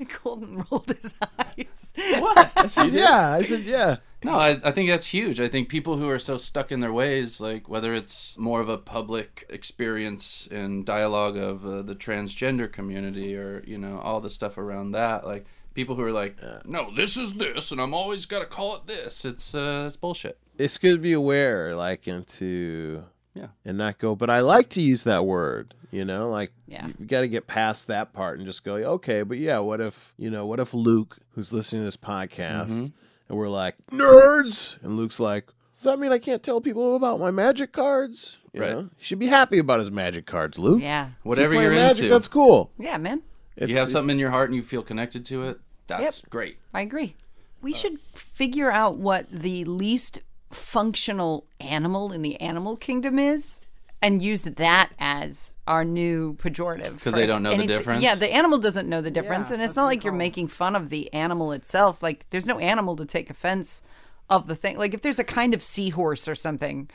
[SPEAKER 3] Colton rolled his eyes.
[SPEAKER 2] what
[SPEAKER 1] <laughs> yeah, I said <laughs> yeah.
[SPEAKER 2] No, I, I think that's huge. I think people who are so stuck in their ways, like whether it's more of a public experience and dialogue of uh, the transgender community or, you know, all the stuff around that, like people who are like, no, this is this and I'm always got to call it this. It's, uh, it's bullshit.
[SPEAKER 1] It's good to be aware like and to
[SPEAKER 2] Yeah.
[SPEAKER 1] and not go, but I like to use that word, you know, like
[SPEAKER 3] Yeah.
[SPEAKER 1] you got to get past that part and just go, okay, but yeah, what if, you know, what if Luke who's listening to this podcast
[SPEAKER 3] Mm-hmm.
[SPEAKER 1] and we're like, nerds, and Luke's like, does that mean I can't tell people about my magic cards? You
[SPEAKER 2] Right.
[SPEAKER 1] know? He should be happy about his magic cards, Luke.
[SPEAKER 3] Yeah.
[SPEAKER 2] Whatever
[SPEAKER 1] If you
[SPEAKER 2] you're
[SPEAKER 1] play magic,
[SPEAKER 2] into,
[SPEAKER 1] That's cool.
[SPEAKER 3] Yeah, man.
[SPEAKER 1] If-
[SPEAKER 2] you have
[SPEAKER 1] if-
[SPEAKER 2] something in your heart and you feel connected to it. That's great.
[SPEAKER 3] I agree. We should figure out what the least functional animal in the animal kingdom is and use that as our new pejorative.
[SPEAKER 2] 'Cause
[SPEAKER 3] for
[SPEAKER 2] they don't know the
[SPEAKER 3] any-
[SPEAKER 2] difference?
[SPEAKER 3] Yeah, the animal doesn't know the difference.
[SPEAKER 4] Yeah,
[SPEAKER 3] and it's
[SPEAKER 4] that's
[SPEAKER 3] not
[SPEAKER 4] what
[SPEAKER 3] like
[SPEAKER 4] we
[SPEAKER 3] you're
[SPEAKER 4] call it.
[SPEAKER 3] making fun of the animal itself. Like, there's no animal to take offense of the thing. Like, if there's a kind of seahorse or something,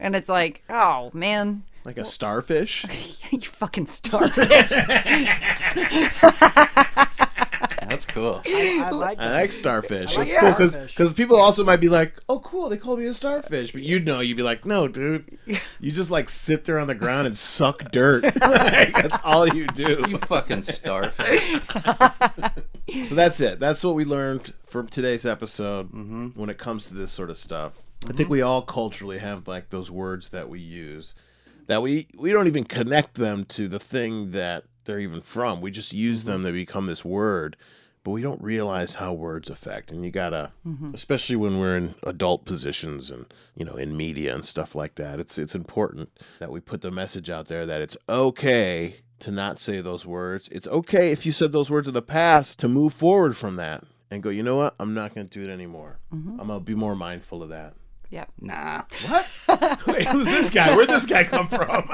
[SPEAKER 3] and it's like, oh, man, <laughs>
[SPEAKER 1] like a starfish.
[SPEAKER 3] you
[SPEAKER 2] <laughs>
[SPEAKER 3] fucking starfish.
[SPEAKER 2] That's <laughs> cool.
[SPEAKER 4] I like
[SPEAKER 1] I
[SPEAKER 4] that.
[SPEAKER 1] like starfish.
[SPEAKER 4] like
[SPEAKER 1] it's cool because
[SPEAKER 4] starfish.
[SPEAKER 1] people also might be like, "Oh, cool, they called me a starfish," but you'd know, you'd be like, "No,
[SPEAKER 4] <laughs>
[SPEAKER 1] dude, you just like sit there on the ground and suck dirt. Like, that's all you
[SPEAKER 2] You
[SPEAKER 1] do."
[SPEAKER 2] fucking starfish. <laughs>
[SPEAKER 1] So that's it. That's what we learned from today's episode when it comes to this sort of stuff. I think we all culturally have like those words that we use that we we don't even connect them to the thing that they're even from. We just use them they become this word, but we don't realize how words affect. And you gotta, especially when we're in adult positions and you know in media and stuff like that. It's it's important that we put the message out there that it's okay to not say those words. It's okay if you said those words in the past to move forward from that and go, you know what? I'm not going to do it anymore. I'm going to be more mindful of that.
[SPEAKER 3] Yep.
[SPEAKER 2] Nah.
[SPEAKER 1] <laughs> Wait, who's this guy? Where'd this guy come from?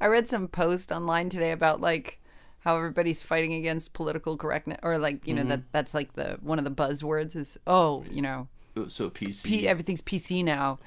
[SPEAKER 3] I read some post online today about like how everybody's fighting against political correctness or like, you know, that that's like the one of the buzzwords is oh, you know,
[SPEAKER 2] Oh, So PC.
[SPEAKER 3] P- everything's PC now.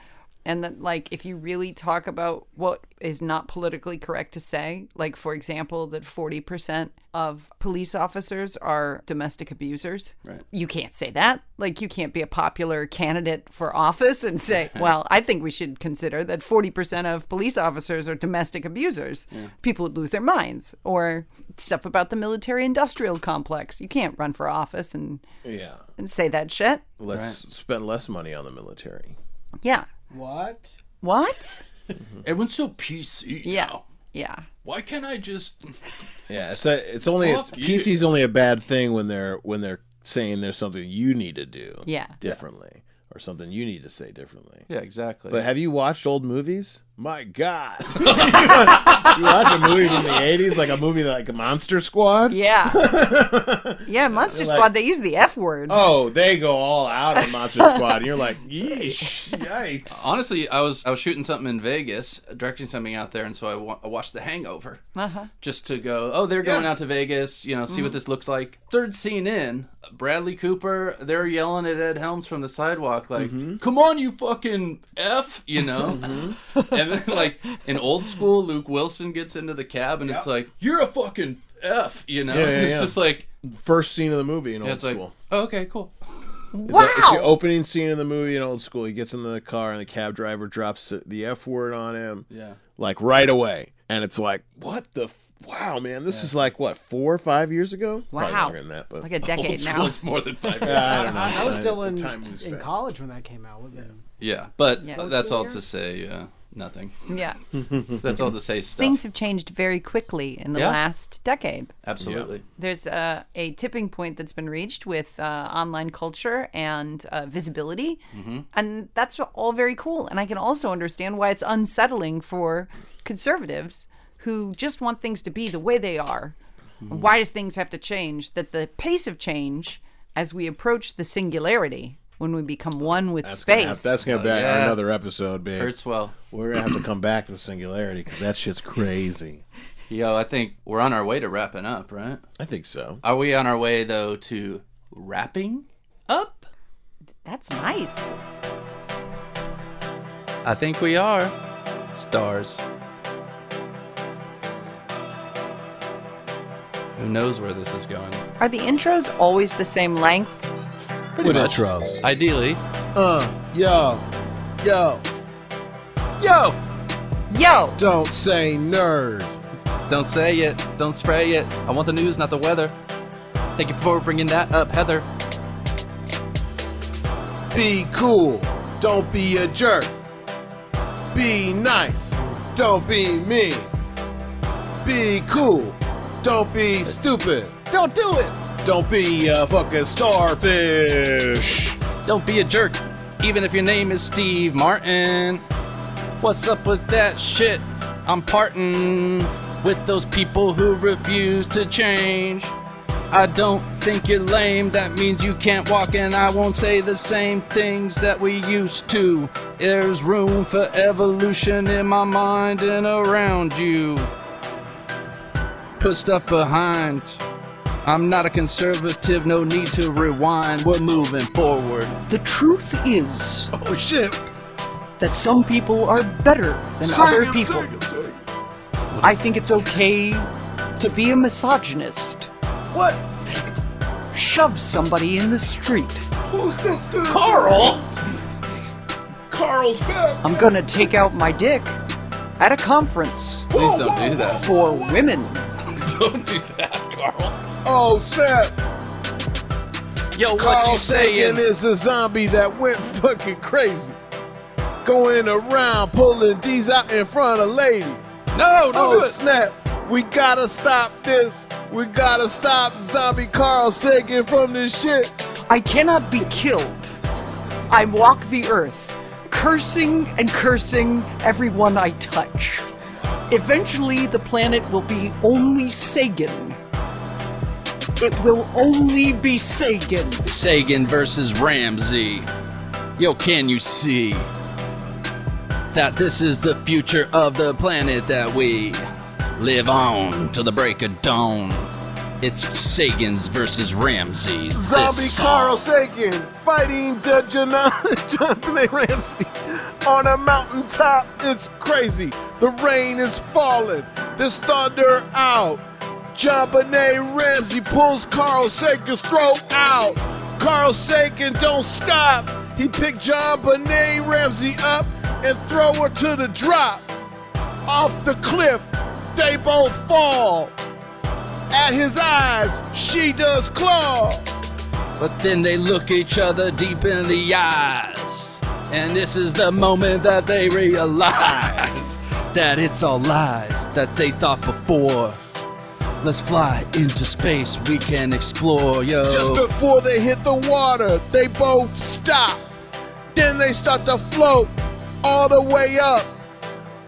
[SPEAKER 3] And that, like, if you really talk about what is not politically correct to say, like, for example, that 40% of police officers are domestic abusers, right. you can't say that. Like, you can't be a popular candidate for office and say, well, I think we should consider that 40% of police officers are domestic abusers. People would lose their minds. Or stuff about the military industrial complex. You can't run for office and,
[SPEAKER 1] <laughs> yeah.
[SPEAKER 3] and say that shit.
[SPEAKER 1] Let's spend less money on the military.
[SPEAKER 3] Yeah.
[SPEAKER 4] What?
[SPEAKER 3] What?
[SPEAKER 2] Everyone's so PC.
[SPEAKER 3] Yeah.
[SPEAKER 2] now.
[SPEAKER 3] Yeah.
[SPEAKER 2] Why can't I just?
[SPEAKER 1] Yeah, it's, a, it's only it's,
[SPEAKER 2] Fuck you.
[SPEAKER 1] PC's only a bad thing when they're when they're saying there's something you need to do
[SPEAKER 3] Yeah.
[SPEAKER 1] differently or something you need to say differently.
[SPEAKER 2] Yeah, exactly.
[SPEAKER 1] But have you watched old movies? My <laughs> God, you watch a movie from the '80s, like a movie like Monster Squad.
[SPEAKER 3] Yeah.
[SPEAKER 2] <laughs>
[SPEAKER 3] yeah, Monster Squad, they use the F word.
[SPEAKER 1] Oh, they go all out in <laughs> Monster Squad, and you're like, yeesh, yikes.
[SPEAKER 2] Honestly, I was I was shooting something in Vegas, directing something out there, and so I wa- I watched The Hangover uh-huh. just to go. Oh, they're going out to Vegas, you know, see what this looks like. Third scene in, Bradley Cooper, they're yelling at Ed Helms from the sidewalk, like, "Come on, you fucking f," you know. <laughs> And then like in old school, Luke Wilson gets into the cab, and it's like, "You're a fucking f," you know.
[SPEAKER 1] Yeah, yeah,
[SPEAKER 2] <laughs> it's
[SPEAKER 1] yeah.
[SPEAKER 2] just like
[SPEAKER 1] First scene of the movie in old
[SPEAKER 2] it's like,
[SPEAKER 1] school.
[SPEAKER 2] oh, okay, cool.
[SPEAKER 3] wow.
[SPEAKER 1] It's the opening scene of the movie in old school. He gets in the car, and the cab driver drops the F word on him.
[SPEAKER 2] Yeah.
[SPEAKER 1] like right away. And it's like, what the f- wow, man? This is like what four or five years ago? Probably
[SPEAKER 3] Wow.
[SPEAKER 1] longer than that, but
[SPEAKER 3] like
[SPEAKER 2] <laughs>
[SPEAKER 3] a
[SPEAKER 2] Old
[SPEAKER 3] decade now.
[SPEAKER 2] school's more than five. years.
[SPEAKER 1] Yeah, I don't know.
[SPEAKER 4] I was
[SPEAKER 1] I-
[SPEAKER 4] still
[SPEAKER 1] the
[SPEAKER 4] in
[SPEAKER 1] time moves
[SPEAKER 4] in
[SPEAKER 1] fast.
[SPEAKER 4] college when that came out. Wasn't it?
[SPEAKER 2] Yeah, but
[SPEAKER 3] Yeah.
[SPEAKER 2] that's all
[SPEAKER 4] What's
[SPEAKER 2] to say uh, nothing.
[SPEAKER 3] Yeah.
[SPEAKER 2] That's all to say stuff.
[SPEAKER 3] Things have changed very quickly in the
[SPEAKER 2] Yeah.
[SPEAKER 3] last decade.
[SPEAKER 2] Absolutely.
[SPEAKER 3] There's uh, a tipping point that's been reached with uh, online culture and uh, visibility.
[SPEAKER 1] Mm-hmm.
[SPEAKER 3] And that's all very cool. And I can also understand why it's unsettling for conservatives who just want things to be the way they are.
[SPEAKER 1] Mm-hmm.
[SPEAKER 3] Why does things have to change? That the pace of change as we approach the singularity, when we become one with space.
[SPEAKER 1] that's gonna be
[SPEAKER 2] yeah.
[SPEAKER 1] another episode, babe.
[SPEAKER 2] Hurts well.
[SPEAKER 1] We're gonna have to come back to the singularity because that shit's crazy.
[SPEAKER 2] Yo, I think we're on our way to wrapping up, right?
[SPEAKER 1] I think so.
[SPEAKER 2] Are we on our way though to wrapping up?
[SPEAKER 3] That's nice.
[SPEAKER 2] I think we are. Stars. Who knows where this is going?
[SPEAKER 3] Are the intros always the same length?
[SPEAKER 1] Pretty With intros.
[SPEAKER 2] Ideally.
[SPEAKER 1] Uh, yo, yo,
[SPEAKER 2] Yo!
[SPEAKER 3] Yo,
[SPEAKER 1] don't say nerd.
[SPEAKER 2] Don't say it. Don't spray it. I want the news, not the weather. Thank you for bringing that up, Heather.
[SPEAKER 1] Be cool. Don't be a jerk. Be nice. Don't be mean. Be cool. Don't be stupid.
[SPEAKER 2] Don't do it!
[SPEAKER 1] Don't be a fucking starfish.
[SPEAKER 2] Don't be a jerk, even if your name is Steve Martin. What's up with that shit? I'm parting with those people who refuse to change. I don't think you're lame, that means you can't walk, and I won't say the same things that we used to. There's room for evolution in my mind and around you. Put stuff behind. I'm not a conservative, no need to rewind. We're moving forward.
[SPEAKER 5] The truth is
[SPEAKER 1] Oh shit.
[SPEAKER 5] that some people are better than other people. I think it's okay to be a misogynist.
[SPEAKER 1] What?
[SPEAKER 5] Shove somebody in the street.
[SPEAKER 1] Who's this dude?
[SPEAKER 5] Carl!
[SPEAKER 1] Carl's back.
[SPEAKER 5] I'm gonna take out my dick at a conference
[SPEAKER 2] Please don't do that.
[SPEAKER 5] for women.
[SPEAKER 2] <laughs> Don't do that, Carl.
[SPEAKER 1] Oh, Seth.
[SPEAKER 2] Yo, what
[SPEAKER 1] Carl
[SPEAKER 2] you
[SPEAKER 1] Sagan
[SPEAKER 2] saying?
[SPEAKER 1] is a zombie that went fucking crazy. Going around pulling D's out in front of ladies.
[SPEAKER 2] No, don't do
[SPEAKER 1] Oh
[SPEAKER 2] it.
[SPEAKER 1] snap! We gotta stop this. We gotta stop zombie Carl Sagan from this shit.
[SPEAKER 5] I cannot be killed. I walk the earth, cursing and cursing everyone I touch. Eventually, the planet will be only Sagan. It will only be Sagan.
[SPEAKER 2] Sagan versus Ramsey. Yo, can you see that this is the future of the planet that we live on till the break of dawn? It's Sagan's versus Ramsey's.
[SPEAKER 1] Zombie
[SPEAKER 2] this
[SPEAKER 1] Carl
[SPEAKER 2] song.
[SPEAKER 1] Sagan fighting the Jana- Jonathan <laughs> A. Ramsey on a mountaintop. It's crazy. The rain is falling. There's thunder out. Jabane Ramsey pulls Carl Sagan's throat out. Carl Sagan don't stop. He picked Jabane Ramsey up and throw her to the drop. Off the cliff, they both fall. At his eyes, she does claw.
[SPEAKER 2] But then they look each other deep in the eyes. And this is the moment that they realize that it's all lies that they thought before. Let's fly into space, we can explore, yo.
[SPEAKER 1] Just before they hit the water, they both stop. Then they start to float all the way up,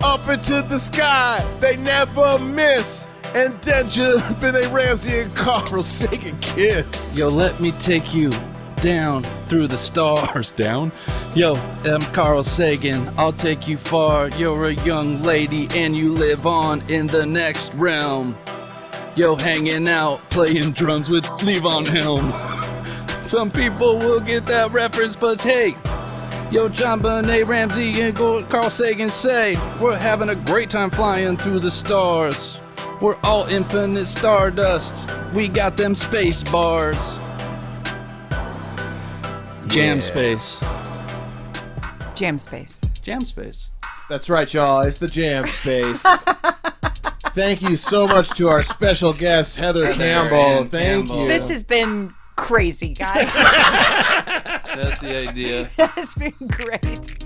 [SPEAKER 1] up into the sky. They never miss. And then <laughs> Jabene Ramsey and Carl <laughs> Sagan kiss.
[SPEAKER 2] Yo, let me take you down through the stars. <laughs> Down? Yo, I'm Carl Sagan. I'll take you far. You're a young lady and you live on in the next realm. Yo, hanging out, playing drums with Levon Helm. <laughs> Some people will get that reference, but hey, Yo, John Bonet Ramsey and Go- Carl Sagan say we're having a great time flying through the stars. We're all infinite stardust. We got them space bars. Jam space.
[SPEAKER 3] Jam space.
[SPEAKER 2] Jam space.
[SPEAKER 1] That's right, y'all. It's the jam <laughs> space. Thank you so much to our special guest, Heather, Campbell.
[SPEAKER 2] Ann
[SPEAKER 1] Thank
[SPEAKER 2] Campbell.
[SPEAKER 1] you.
[SPEAKER 3] This has been crazy, guys. <laughs>
[SPEAKER 2] That's
[SPEAKER 1] <laughs>
[SPEAKER 2] the idea.
[SPEAKER 3] it's been great.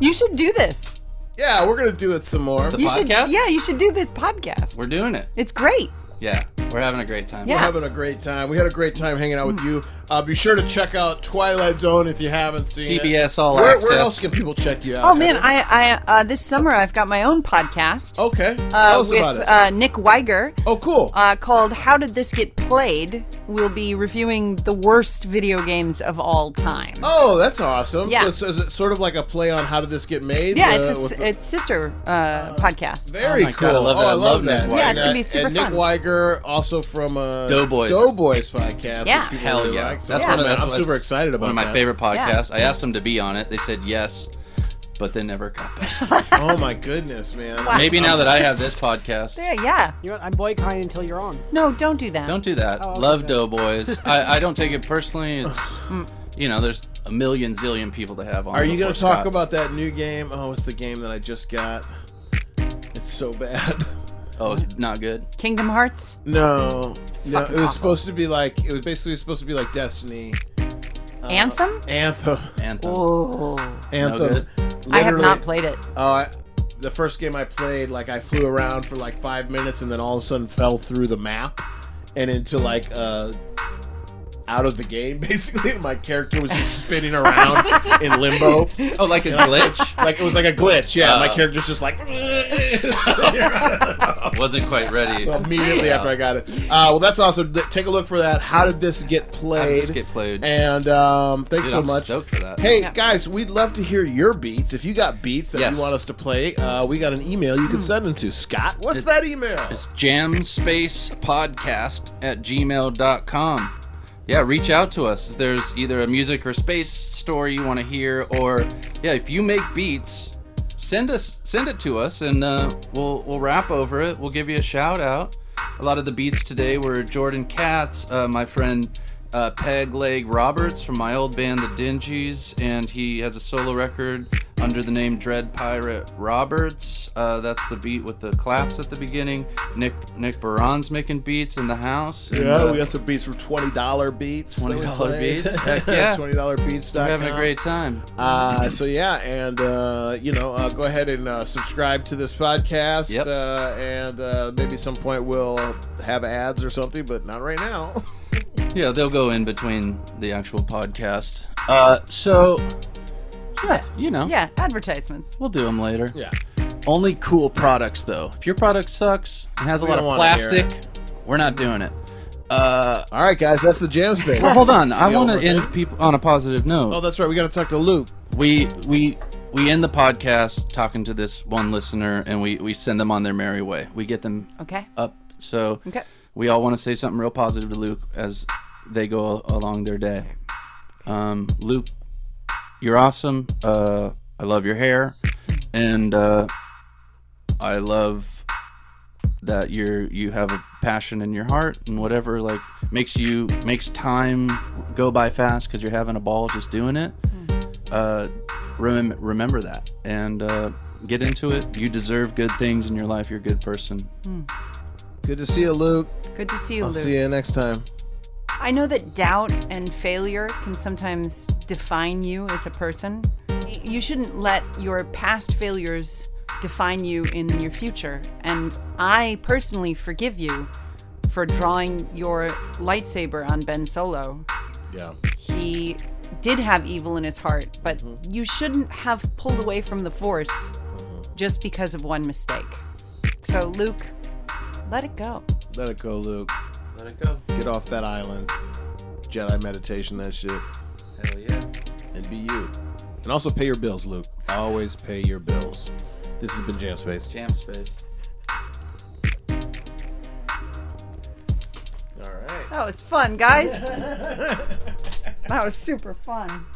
[SPEAKER 3] You should do this.
[SPEAKER 1] yeah, we're going to do it some more.
[SPEAKER 2] The
[SPEAKER 3] You
[SPEAKER 2] podcast?
[SPEAKER 3] should. Yeah, you should do this podcast.
[SPEAKER 2] We're doing it.
[SPEAKER 3] It's great.
[SPEAKER 2] Yeah. We're having a great time.
[SPEAKER 3] Yeah.
[SPEAKER 1] We're having a great time. We had a great time hanging out with you. Uh, be sure to check out Twilight Zone if you haven't seen it.
[SPEAKER 2] CBS All
[SPEAKER 1] Where,
[SPEAKER 2] Access.
[SPEAKER 1] where else can people check you out?
[SPEAKER 3] Oh man,
[SPEAKER 1] Heather?
[SPEAKER 3] I, I uh, this summer I've got my own podcast
[SPEAKER 1] Okay.
[SPEAKER 3] uh,
[SPEAKER 1] Oh, Tell us
[SPEAKER 3] with
[SPEAKER 1] about it.
[SPEAKER 3] Uh, Nick Weiger.
[SPEAKER 1] oh, cool.
[SPEAKER 3] uh, called How Did This Get Played? We'll be reviewing the worst video games of all time.
[SPEAKER 1] oh, that's awesome.
[SPEAKER 3] yeah.
[SPEAKER 1] So, it's- is it sort of like a play on how did this get made?
[SPEAKER 3] yeah,
[SPEAKER 1] Uh,
[SPEAKER 3] it's a, s-
[SPEAKER 1] with the-
[SPEAKER 3] it's sister uh, podcast.
[SPEAKER 1] very
[SPEAKER 2] Oh my God,
[SPEAKER 1] cool.
[SPEAKER 2] I love it.
[SPEAKER 1] Oh,
[SPEAKER 2] I love Nick
[SPEAKER 1] that.
[SPEAKER 2] Weiger.
[SPEAKER 3] Yeah, it's gonna be super
[SPEAKER 1] and Nick
[SPEAKER 3] fun.
[SPEAKER 1] Weiger, also from uh,
[SPEAKER 2] Doughboys.
[SPEAKER 1] Doughboys podcast.
[SPEAKER 3] Yeah.
[SPEAKER 1] which people
[SPEAKER 2] Hell
[SPEAKER 1] really
[SPEAKER 2] yeah.
[SPEAKER 1] like. So
[SPEAKER 2] That's
[SPEAKER 1] I'm,
[SPEAKER 2] one of that's
[SPEAKER 1] I'm
[SPEAKER 2] what's-
[SPEAKER 1] super excited about
[SPEAKER 2] One of my
[SPEAKER 1] that.
[SPEAKER 2] favorite podcasts. I asked them to be on it. They said yes, but they never got back.
[SPEAKER 1] Oh my goodness, man.
[SPEAKER 2] Maybe now that I have
[SPEAKER 1] <laughs>
[SPEAKER 2] this podcast.
[SPEAKER 3] Yeah, yeah.
[SPEAKER 4] You know what? I'm boycotting until you're on.
[SPEAKER 3] No, don't do that.
[SPEAKER 2] Don't do that.
[SPEAKER 1] Oh,
[SPEAKER 4] okay.
[SPEAKER 2] Love Doughboys.
[SPEAKER 1] <laughs>
[SPEAKER 2] I, I don't take it personally. It's you know, there's a million zillion people to have on.
[SPEAKER 1] Are you
[SPEAKER 2] before
[SPEAKER 1] gonna talk
[SPEAKER 2] Scott.
[SPEAKER 1] about that new game? Oh, it's the game that I just got. It's so bad. <laughs>
[SPEAKER 2] Oh, it's not good.
[SPEAKER 3] Kingdom Hearts.
[SPEAKER 1] No, no, it
[SPEAKER 3] fucking
[SPEAKER 1] was
[SPEAKER 3] awful.
[SPEAKER 1] supposed to be like it was basically supposed to be like Destiny Uh,
[SPEAKER 3] Anthem?
[SPEAKER 1] Anthem.
[SPEAKER 2] Anthem.
[SPEAKER 3] Oh,
[SPEAKER 1] Anthem.
[SPEAKER 3] I have
[SPEAKER 1] uh, Literally-
[SPEAKER 3] not played it.
[SPEAKER 1] Oh, I, the first game I played, like I flew around for like five minutes and then all of a sudden fell through the map and into like uh out of the game <laughs> basically. My character was just spinning
[SPEAKER 3] <laughs>
[SPEAKER 1] around in limbo.
[SPEAKER 2] Oh,
[SPEAKER 1] <laughs>
[SPEAKER 2] like a glitch.
[SPEAKER 1] Like it was like a glitch, yeah. my
[SPEAKER 3] Oh.
[SPEAKER 2] Uh.
[SPEAKER 1] character's just
[SPEAKER 3] <laughs>
[SPEAKER 1] like <laughs>
[SPEAKER 2] I wasn't quite ready.
[SPEAKER 1] immediately after I got it. Uh, well, that's awesome. Th- Take a look for that. How did this get played?
[SPEAKER 2] How did this get played?
[SPEAKER 1] And um, thanks
[SPEAKER 2] Dude,
[SPEAKER 1] so
[SPEAKER 2] I'm
[SPEAKER 1] much.
[SPEAKER 2] stoked for that.
[SPEAKER 1] Hey guys, we'd love to hear your beats. If you got beats that
[SPEAKER 2] Yes.
[SPEAKER 1] you want us to play, uh, we got an email you can send them to. Scott, what's that email?
[SPEAKER 2] It's jamspacepodcast at gmail.com. Yeah, reach out to us. If there's either a music or space story you want to hear, or yeah, if you make beats, send us send it to us, and uh, we'll we'll rap over it. We'll give you a shout out. A lot of the beats today were Jordan Katz, uh, my friend uh, Peg Leg Roberts from my old band, The Dingies, and he has a solo record under the name Dread Pirate Roberts. Uh, that's the beat with the claps at the beginning. Nick Nick Baron's making beats in the house. and,
[SPEAKER 1] yeah,
[SPEAKER 2] uh,
[SPEAKER 1] we got some beats for twenty dollar beats. that we
[SPEAKER 2] $20
[SPEAKER 1] play. <laughs>
[SPEAKER 2] beats? Heck yeah.
[SPEAKER 1] twenty dollar beats.
[SPEAKER 2] we're having a great time.
[SPEAKER 1] <laughs> Uh, so yeah, and uh, you know, uh, go ahead and uh, subscribe to this podcast.
[SPEAKER 2] Yep.
[SPEAKER 1] Uh, and uh, maybe some point we'll have ads or something, but not right now. <laughs>
[SPEAKER 2] Yeah, they'll go in between the actual podcast. Uh, so yeah, you know,
[SPEAKER 3] Yeah, advertisements.
[SPEAKER 2] we'll do them later.
[SPEAKER 1] Yeah.
[SPEAKER 2] Only cool products though. If your product sucks and has a
[SPEAKER 1] We
[SPEAKER 2] lot
[SPEAKER 1] don't
[SPEAKER 2] of
[SPEAKER 1] wanna hear
[SPEAKER 2] plastic, we're not doing it.
[SPEAKER 1] Uh, All right, guys, that's the jam space.
[SPEAKER 2] Well, hold on. I
[SPEAKER 1] We
[SPEAKER 2] want
[SPEAKER 1] over.
[SPEAKER 2] to end people on a positive note.
[SPEAKER 1] Oh, that's right. We got to talk to Luke.
[SPEAKER 2] we we we end the podcast talking to this one listener and we we send them on their merry way we get them
[SPEAKER 3] Okay.
[SPEAKER 1] Uh,
[SPEAKER 2] up so
[SPEAKER 3] Okay.
[SPEAKER 2] we all want to say something real positive to luke as they go along their day um luke you're awesome uh i love your hair and uh i love that you're you have a passion in your heart and whatever like makes you makes time go by fast because you're having a ball just doing it uh, remem- remember that and uh, get into it. You deserve good things in your life. You're a good person.
[SPEAKER 1] Good to see you, Luke.
[SPEAKER 3] Good to see you,
[SPEAKER 1] I'll
[SPEAKER 3] Luke.
[SPEAKER 1] see you next time.
[SPEAKER 3] I know that doubt and failure can sometimes define you as a person. Y- You shouldn't let your past failures define you in your future. And I personally forgive you for drawing your lightsaber on Ben Solo.
[SPEAKER 1] Yeah.
[SPEAKER 3] He did have evil in his heart, but you shouldn't have pulled away from the Force just because of one mistake. So, Luke, let it go.
[SPEAKER 1] Let it go, Luke.
[SPEAKER 2] Let it go.
[SPEAKER 1] Get off that island. Jedi meditation, that shit.
[SPEAKER 2] Hell yeah.
[SPEAKER 1] And be you. And also pay your bills, Luke. Always pay your bills. This has been Jam Space.
[SPEAKER 2] Jam space.
[SPEAKER 1] All right.
[SPEAKER 3] That was fun, guys. that was super fun.